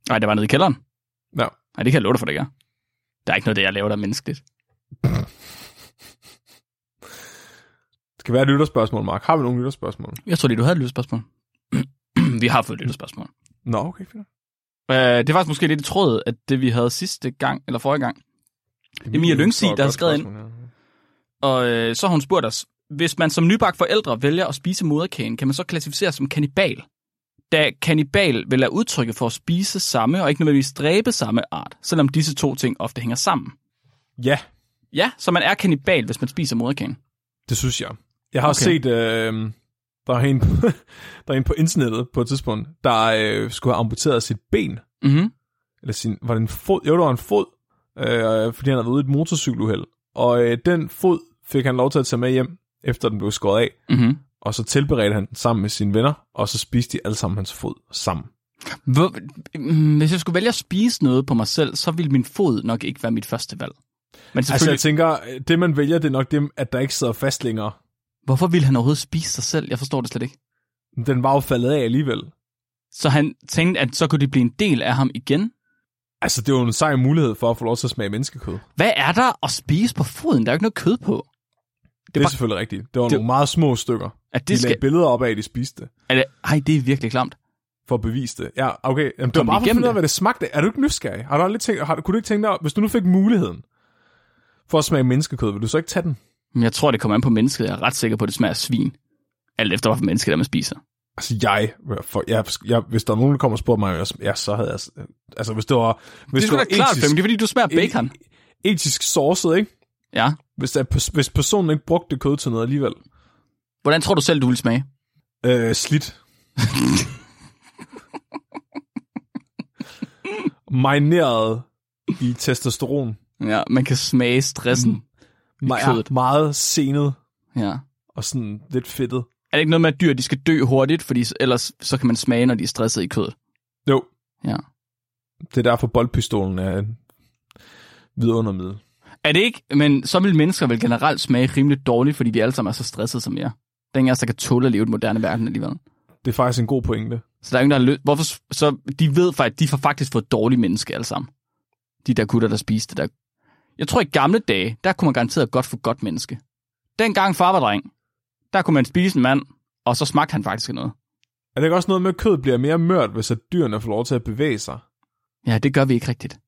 S2: Nej, det var nede i kælderen.
S1: Ja.
S2: Nej, det kan jeg love dig for, det gør. Der er ikke noget, det jeg laver, der er menneskeligt.
S1: Det skal være et lytterspørgsmål, Mark. Har vi nogle lytterspørgsmål?
S2: Jeg tror lige, du havde et lytterspørgsmål. vi har fået et lytterspørgsmål.
S1: Nå, okay, fint.
S2: Øh, det var faktisk måske lidt i tråd, at det vi havde sidste gang, eller forrige gang. Emilie Lyngsig,
S1: Det var et
S2: der har
S1: godt
S2: skrevet ind.
S1: spørgsmål, ja.
S2: Og øh, så har hun spurgt os, hvis man som nybagt forældre vælger at spise moderkagen, kan man så klassificeres som kannibal? Da kannibal vil er udtrykket for at spise samme og ikke nødvendigvis dræbe samme art, selvom disse to ting ofte hænger sammen.
S1: Ja,
S2: Ja, så man er kannibal, hvis man spiser moderkagen.
S1: det synes jeg. Jeg har
S2: Okay.
S1: okay. set, øh, der, er en, der er en på internettet på et tidspunkt, der øh, skulle have amputeret sit ben.
S2: Mhm.
S1: Eller sin, var det en fod? Jo, det var en fod, øh, fordi han havde været ude i et motorcykeluheld. Og øh, den fod fik han lov til at tage med hjem, efter den blev skåret af.
S2: Mhm.
S1: Og så tilberedte han den sammen med sine venner, og så spiste de alle sammen hans fod sammen.
S2: Hvor, mm, hvis jeg skulle vælge at spise noget på mig selv, så ville min fod nok ikke være mit første valg. Men
S1: Altså,
S2: selvfølgelig,
S1: jeg
S2: altså,
S1: tænker, det man vælger, det er nok det, at der ikke sidder fast længere.
S2: hvorfor ville han overhovedet spise sig selv? Jeg forstår det slet ikke.
S1: Den var jo faldet af alligevel.
S2: Så han tænkte, at så kunne det blive en del af ham igen.
S1: Altså, det er jo en sej mulighed for at få lov til at smage menneskekød.
S2: Hvad er der at spise på foden? Der er jo ikke noget kød på.
S1: Det er
S2: bare-
S1: selvfølgelig rigtigt. Det var
S2: det-
S1: det... nogle meget små stykker.
S2: At
S1: De
S2: det
S1: skal... lagde
S2: skal...
S1: billeder op af, at de spiste det,
S2: Er det, ej, det er virkelig klamt.
S1: for at bevise det. Ja, okay. Jamen, det var
S2: Kom
S1: bare for at
S2: igennem
S1: finde ud af,
S2: det.
S1: hvad det smagte. af. Er du ikke nysgerrig? Har du aldrig tænkt, har, kunne du ikke tænke dig, hvis du nu fik muligheden for at smage menneskekød, vil du så ikke tage den?
S2: Men jeg tror, det kommer an på mennesket. Jeg er ret sikker på, at det smager af svin. Alt efter, hvad for menneske der man spiser.
S1: Altså, jeg, for, jeg, jeg, hvis der er nogen, der kommer og spørger mig, jeg- ja, så havde jeg... Altså, hvis det var... Hvis
S2: Det er sgu da klart,
S1: etisk- e-
S2: Flemming. Det er, fordi du smager bacon.
S1: Etisk sourcet, ikke?
S2: Ja.
S1: Hvis, der, hvis personen ikke brugte det kød til noget alligevel.
S2: Hvordan tror du selv, du vil smage?
S1: Øh, slidt. Marineret i testosteron.
S2: Ja, man kan smage stressen.
S1: Me-
S2: kødet.
S1: er meget senet
S2: Mm. Ja.
S1: og sådan lidt fedtet.
S2: Er det ikke noget med, at dyr de skal dø hurtigt, fordi s- ellers så kan man smage, når de er stresset i kødet?
S1: Jo.
S2: Ja.
S1: Det er derfor boldpistolen er en vidundermiddel.
S2: Er det ikke? Men så vil mennesker vel generelt smage rimelig dårligt, fordi vi alle sammen er så stressede som jer. Den er ingen af os, der kan tåle at leve i den moderne verden alligevel.
S1: Det er faktisk en god pointe.
S2: Så der er ingen, der har lø- Hvorfor? s- Så de ved faktisk, de får faktisk fået dårlige mennesker alle sammen. De der gutter, der spiste det der. Jeg tror, i gamle dage, der kunne man garanteret godt få godt menneske. Dengang far var dreng, der kunne man spise en mand, og så smagte han faktisk af noget.
S1: Er det ikke også noget med, at kød bliver mere mørt, hvis at dyrene får lov til at bevæge sig?
S2: Ja, det gør vi ikke rigtigt.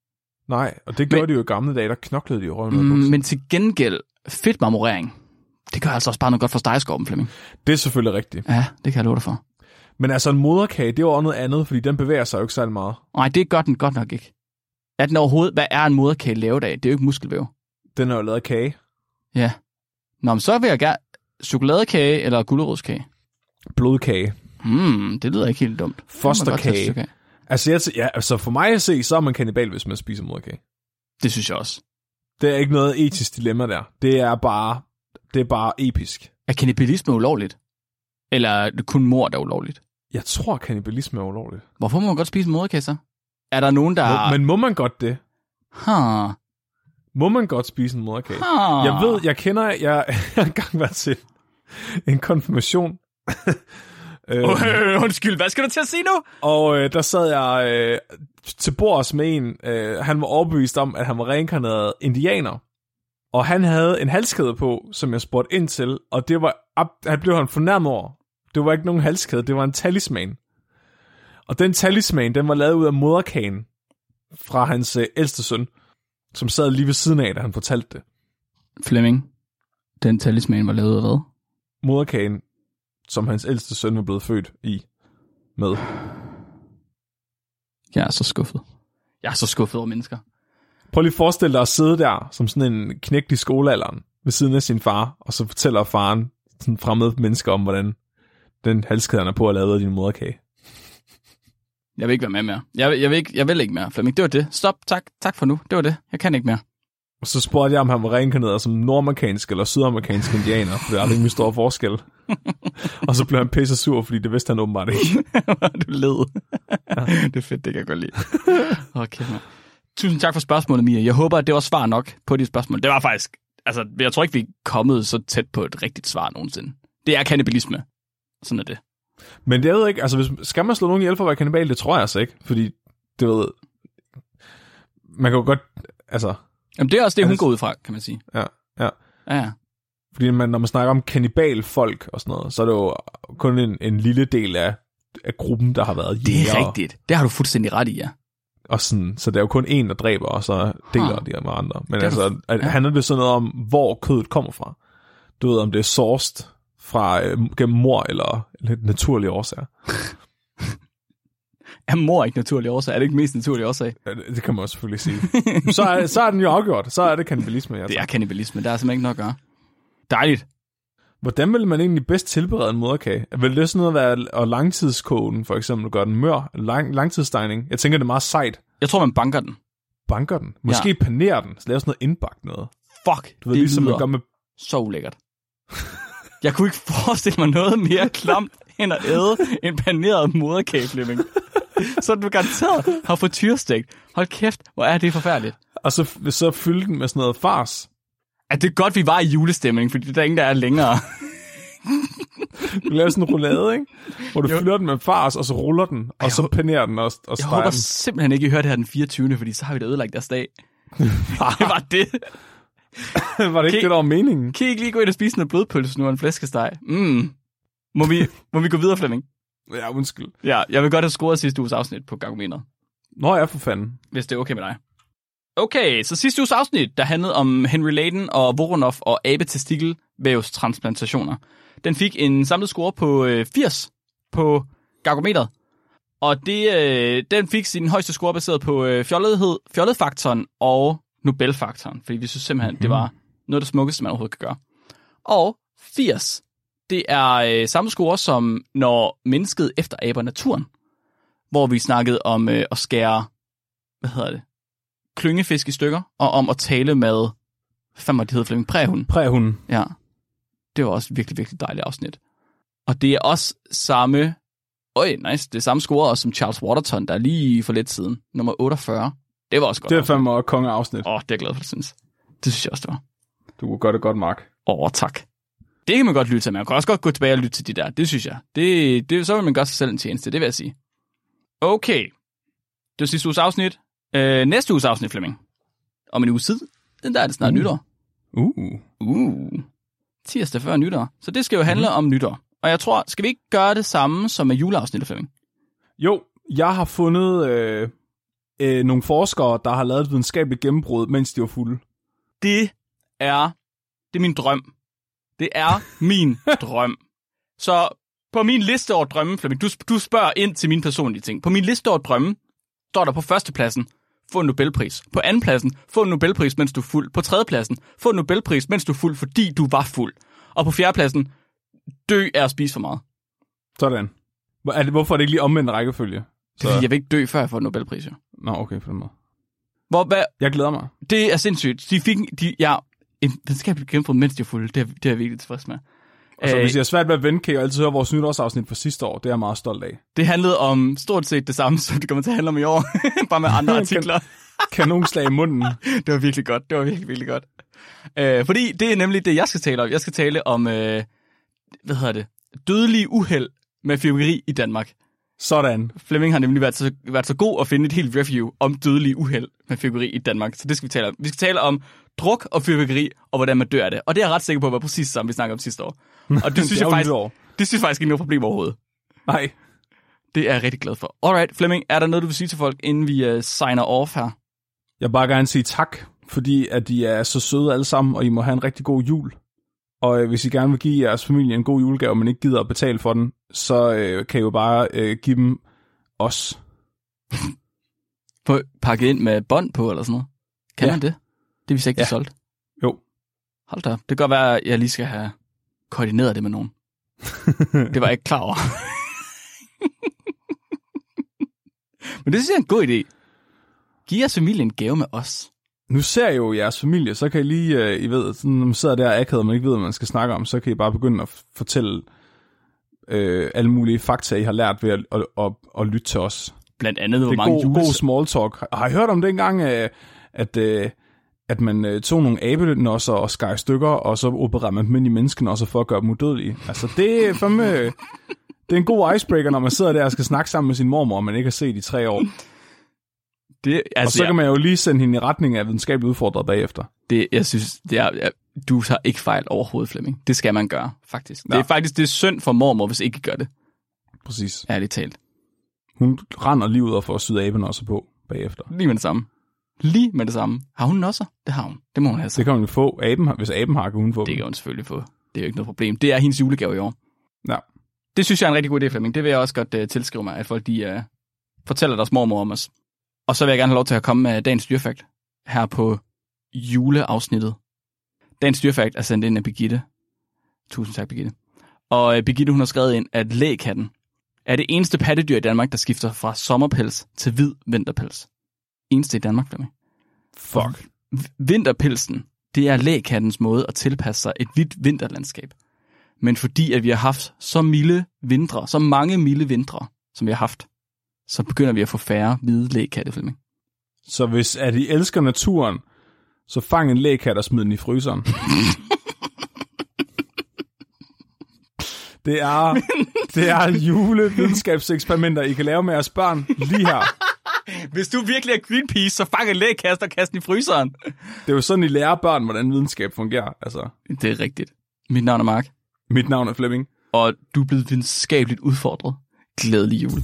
S1: Nej, og det gjorde
S2: Men-
S1: de jo i gamle dage, der knoklede de jo røven
S2: Mm,
S1: mm,
S2: men til gengæld, fedtmarmorering, det gør altså også bare noget godt for stegeskorpen, Flemming.
S1: Det er selvfølgelig rigtigt.
S2: Ja, det kan jeg love dig for.
S1: Men altså en moderkage, det er jo også noget andet, fordi den bevæger sig jo ikke særlig meget.
S2: Nej, det gør den godt nok ikke. Er den overhovedet, hvad er en moderkage lavet af? Det er jo ikke muskelvæv.
S1: Den er jo lavet af kage.
S2: Ja. Nå, men så vil jeg gerne chokoladekage eller gulerodskage.
S1: Blodkage.
S2: Hmm, det lyder ikke helt dumt. Det må man godt tage et
S1: Fosterkage.
S2: stykke af.
S1: Altså, jeg, ja, altså for mig at se, så er man kanibal, hvis man spiser moderkage.
S2: Det synes jeg også.
S1: Det er ikke noget etisk dilemma der. Det er bare, det er bare episk.
S2: Er kanibalisme ulovligt? Eller er det kun mord, der er ulovligt?
S1: Jeg tror, kanibalisme er ulovligt.
S2: Hvorfor må man godt spise moderkage så? Er der nogen, der...
S1: Ah. Men må man godt det?
S2: Huh.
S1: Må man godt spise en moderkage?
S2: Huh.
S1: Jeg ved, jeg kender, jeg jeg har engang været til en konfirmation. øh,
S2: Øh, undskyld, hvad skal du til at sige nu?
S1: Og øh, der sad jeg øh, til bords med en, øh, han var overbevist om, at han var reinkarneret indianer. Og han havde en halskæde på, som jeg spurgte ind til, og det var, ab- han blev han fornærmet over. Det var ikke nogen halskæde, det var en talisman. Og den talisman, den var lavet ud af moderkagen fra hans øh, ældste søn, som sad lige ved siden af, da han fortalte det.
S2: Flemming, den talisman var lavet af hvad?
S1: Moderkagen, som hans ældste søn var blevet født i med.
S2: Jeg er så skuffet. Jeg er så skuffet over mennesker.
S1: Prøv lige at forestille dig at sidde der, som sådan en knægt i skolealderen, ved siden af sin far, og så fortæller faren sådan fremmede mennesker om, hvordan den halskæde, han er på, er lavet af din moderkage.
S2: Jeg vil ikke være med mere. Jeg, vil- jeg, vil, ikke, jeg vil ikke mere, Flemming. Det var det. Stop. Tak. Tak for nu. Det var det. Jeg kan ikke mere.
S1: Og så spurgte jeg, om han var reinkarneret som nordamerikansk eller sydamerikansk indianer, for der er rimelig stor forskel. og så blev han pisse sur, fordi det vidste han åbenbart ikke.
S2: du led. det er fedt, det kan jeg godt lide. Okay, man. Tusind tak for spørgsmålet, Mia. Jeg håber, at det var svar nok på dit spørgsmål. Det var faktisk... Altså, jeg tror ikke, vi er kommet så tæt på et rigtigt svar nogensinde. Det er kannibalisme. Sådan er det.
S1: Men det ved jeg ikke, altså hvis, skal man slå nogen ihjel for at være kanibal? Det tror jeg altså ikke, fordi det ved... Man kan jo godt... Altså,
S2: Jamen, det er også det,
S1: Ja,
S2: hun
S1: det-
S2: går ud fra, kan man sige.
S1: ja, ja.
S2: Ja, ja.
S1: Fordi man, når man snakker om kanibalfolk og sådan noget, så er det jo kun en, en lille del af, af gruppen, der har været
S2: Det er
S1: jægere.
S2: rigtigt. Det har du fuldstændig ret i, ja.
S1: Og sådan, så det er jo kun en, der dræber, og så deler
S2: Huh.
S1: de med andre. Men
S2: Ah. Det er du-
S1: altså, at,
S2: ja.
S1: handler det sådan noget om, hvor kødet kommer fra? Du ved, om det er sourced fra øh, gennem mor eller lidt naturlige årsager.
S2: Er mor ikke naturlig årsag? Er det ikke mest naturlig årsag?
S1: Ja, Det det kan man jo selvfølgelig sige. så, er, så er den jo afgjort. Så er det kannibalisme. Altså.
S2: Det er kannibalisme. Der er simpelthen ikke noget at gøre. Dejligt.
S1: Hvordan vil man egentlig bedst tilberede en moderkage? Vil det sådan noget være at langtidskogen, for eksempel, gør den mør? Lang, langtidsdegning? Jeg tænker, det er meget sejt.
S2: Jeg tror, man banker den.
S1: banker den. Måske ja. panerer den. Så laver sådan noget indbagt noget.
S2: Fuck,
S1: Du ved,
S2: det
S1: ligesom man
S2: lyder
S1: gør med...
S2: så ulækkert. Jeg kunne ikke forestille mig noget mere klamt end at æde en paneret moderkage, Flemming. som du garanteret har fået tyrestegt. Hold kæft, hvor er det forfærdeligt.
S1: Og så, så fylde den med sådan noget fars.
S2: At det er godt, vi var i julestemning, fordi der er ingen, der er længere.
S1: Du laver sådan en roulade, ikke? Hvor du jo. fylder den med fars, og så ruller den, og så panerer den og, og
S2: Jeg håber
S1: steger den.
S2: simpelthen ikke, I hører det her den 24. Fordi så har vi da ødelagt deres dag. det var det.
S1: Var det ikke
S2: Ke-
S1: det, der var meningen?
S2: Kan I ikke lige gå ind og spise noget blodpølse nu og en flæskesteg? Mm. Må vi, må vi gå videre, Flemming?
S1: Ja, undskyld.
S2: Ja, jeg vil godt have scoret sidste uges afsnit på Gargomenet,
S1: Nå ja, for fanden.
S2: hvis det er okay med dig. Okay, så sidste uges afsnit, der handlede om Henry Layden og Voronov og abetestikkelvævstransplantationer. Den fik en samlet score på øh, 80 på Gargometeret. Og det, øh, den fik sin højeste score baseret på øh, fjollethed, fjolletfaktoren og Nobelfaktoren, fordi vi synes simpelthen, mm. det var noget af det smukkeste, man overhovedet kan gøre. Og 80, det er øh, samme score som når mennesket efteraber naturen, hvor vi snakkede om øh, at skære, hvad hedder det, klyngefisk i stykker, og om at tale med, hvad må det hedder, Flemming Præhund.
S1: Præhunden.
S2: Ja. Det var også et virkelig, virkelig dejligt afsnit. Og det er også samme... Øj, nice. Det er samme score også som Charles Waterton, der er lige for lidt siden. Nummer 48. Det var også godt.
S1: Det er fandme også kongeafsnit.
S2: Åh, oh, det er jeg glad for, du synes. Det synes jeg også, det var.
S1: Du gør det godt, Mark.
S2: Åh, oh, tak. Det kan man godt lytte til. Man kan også godt gå tilbage og lytte til de der. Det synes jeg. Det, det, så vil man gøre sig selv en tjeneste, det vil jeg sige. Okay. Det var sidste uges afsnit. Øh, næste uges afsnit, Flemming. Om en uge tid. Den der er det snart mm. nytår.
S1: Uh.
S2: Uh, tirsdag før nytår. Så det skal jo handle mm. om nytår. Og jeg tror, skal vi ikke gøre det samme som med juleafsnittet, Flemming?
S1: Jo, jeg har fundet øh, øh, nogle forskere, der har lavet et videnskabeligt gennembrud, mens de var fulde.
S2: Det er, det er min drøm. Det er min drøm. Så på min liste over drømme, Flemming, du, du spørger ind til mine personlige ting. På min liste over drømme står der på førstepladsen, få en Nobelpris. På andenpladsen, få en Nobelpris, mens du er fuld. På tredjepladsen, få en Nobelpris, mens du er fuld, fordi du var fuld. Og på fjerdepladsen, dø af at spise for meget.
S1: Sådan. Hvor- Er det, hvorfor er det ikke lige omvendt rækkefølge?
S2: Det er, fordi jeg vil ikke dø, før jeg får en Nobelpris, jo.
S1: Nå, okay, for den måde.
S2: Hvor, hvad,
S1: Jeg glæder mig.
S2: Det er sindssygt. De fik, de, ja, en videnskabelig gennembrud, mens de var fulde. Det er, det er jeg virkelig tilfreds med.
S1: Så
S2: Øh,
S1: hvis jeg er svært ved at vente, kan jeg altid høre vores nytårsafsnit fra sidste år. Det er jeg meget stolt af.
S2: Det handlede om stort set det samme, som det kommer til at handle om i år. Bare med andre artikler.
S1: Kanonslag i munden.
S2: Det var virkelig godt. Det var virkelig, virkelig godt. Øh, fordi det er nemlig det, jeg skal tale om. Jeg skal tale om, øh, hvad hedder det, dødelige uheld med fyrværkeri i Danmark.
S1: Sådan.
S2: Flemming har nemlig været så, været så god at finde et helt review om dødelige uheld med fyrværkeri i Danmark. Så det skal vi tale om. Vi skal tale om druk og fyrværkeri, og hvordan man dør af det. Og det er jeg ret sikker på, var præcis samme, vi snakkede om sidste år. Og det synes,
S1: er
S2: jeg
S1: jo
S2: faktisk,
S1: nytår.
S2: det synes jeg faktisk ikke er noget problem overhovedet.
S1: Nej.
S2: Det er jeg rigtig glad for. Alright, Flemming, er der noget, du vil sige til folk, inden vi uh, signer off her?
S1: Jeg vil bare gerne sige tak, fordi at I er så søde alle sammen, og I må have en rigtig god jul. Og øh, hvis I gerne vil give jeres familie en god julegave, men ikke gider at betale for den, så øh, kan I jo bare øh, give dem os.
S2: På, pakket ind med bånd på eller sådan noget? Kan ja.
S1: Ja.
S2: man det? Det viser ikke, det er
S1: Ja.
S2: solgt.
S1: Jo.
S2: Hold da op. Det kan godt være, at jeg lige skal have koordineret det med nogen. det var jeg ikke klar over. Men det synes jeg er en god idé. Giv jeres familie en gave med os.
S1: Nu ser I jo jeres familie, så kan I lige, øh, I ved, sådan, når man sidder der og akavet, og man ikke ved, hvad man skal snakke om, så kan I bare begynde at f- fortælle øh, alle mulige fakta, I har lært ved at, at, at, at lytte til os.
S2: Blandt andet, hvor
S1: Det er
S2: mange
S1: god,
S2: jules...
S1: god small talk. Har I hørt om dengang, øh, at, øh, at man øh, tog nogle abenosser og skar i stykker, og så opererede man dem ind i menneskene også for at gøre dem udødelige? Altså, det er fandme... øh, Det er en god icebreaker, når man sidder der og skal snakke sammen med sin mormor, man ikke har set i tre år.
S2: Det,
S1: Og
S2: altså,
S1: så kan man jo lige sende hende i retning af videnskabeligt udfordret bagefter.
S2: Det, jeg synes, det er, jeg, du tager ikke fejl overhovedet, Flemming. Det skal man gøre, faktisk. Ja. Det er faktisk det er synd for mormor, hvis ikke I gør det,
S1: Præcis.
S2: ærligt talt.
S1: Hun render lige ud og får syet abenosser på bagefter.
S2: Lige med det samme. Lige med det samme. Har hun også? Det har hun. Det må hun have
S1: Det
S2: sagt.
S1: kan hun jo få. Aben, har- hvis aben har, kan hun få
S2: Det
S1: dem.
S2: kan hun selvfølgelig få. Det er jo ikke noget problem. Det er hendes julegave i år.
S1: Ja.
S2: Det synes jeg er en rigtig god idé, Flemming. Det vil jeg også godt uh, tilskrive mig, at folk de uh, fortæller deres mormor om os. Og så vil jeg gerne have lov til at komme med dagens dyrfakt her på juleafsnittet. Dagens dyrfakt er sendt ind af Birgitte. Tusind tak, Birgitte. Og uh, Birgitte, hun har skrevet ind, at lægkatten er det eneste pattedyr i Danmark, der skifter fra sommerpels til hvid vinterpels. Eneste i Danmark, Flemming.
S1: Fuck.
S2: Vinterpelsen, det er lægkattens måde at tilpasse sig et hvidt vinterlandskab. Men fordi at vi har haft så milde vintre, så mange milde vintre, som vi har haft, så begynder vi at få færre hvide lægkatte, Flemming.
S1: Så hvis at I elsker naturen, så fang en lægekat og smid den i fryseren. det er, det er julevidenskabseksperimenter, I kan lave med jeres børn lige her.
S2: Hvis du virkelig er Greenpeace, så fang en lægkasse og kast den i fryseren.
S1: Det er jo sådan, I lærer børn, hvordan videnskab fungerer. Altså,
S2: Det er rigtigt. Mit navn er Mark,
S1: mit navn er Flemming.
S2: og du er blevet videnskabeligt udfordret. Glædelig jul.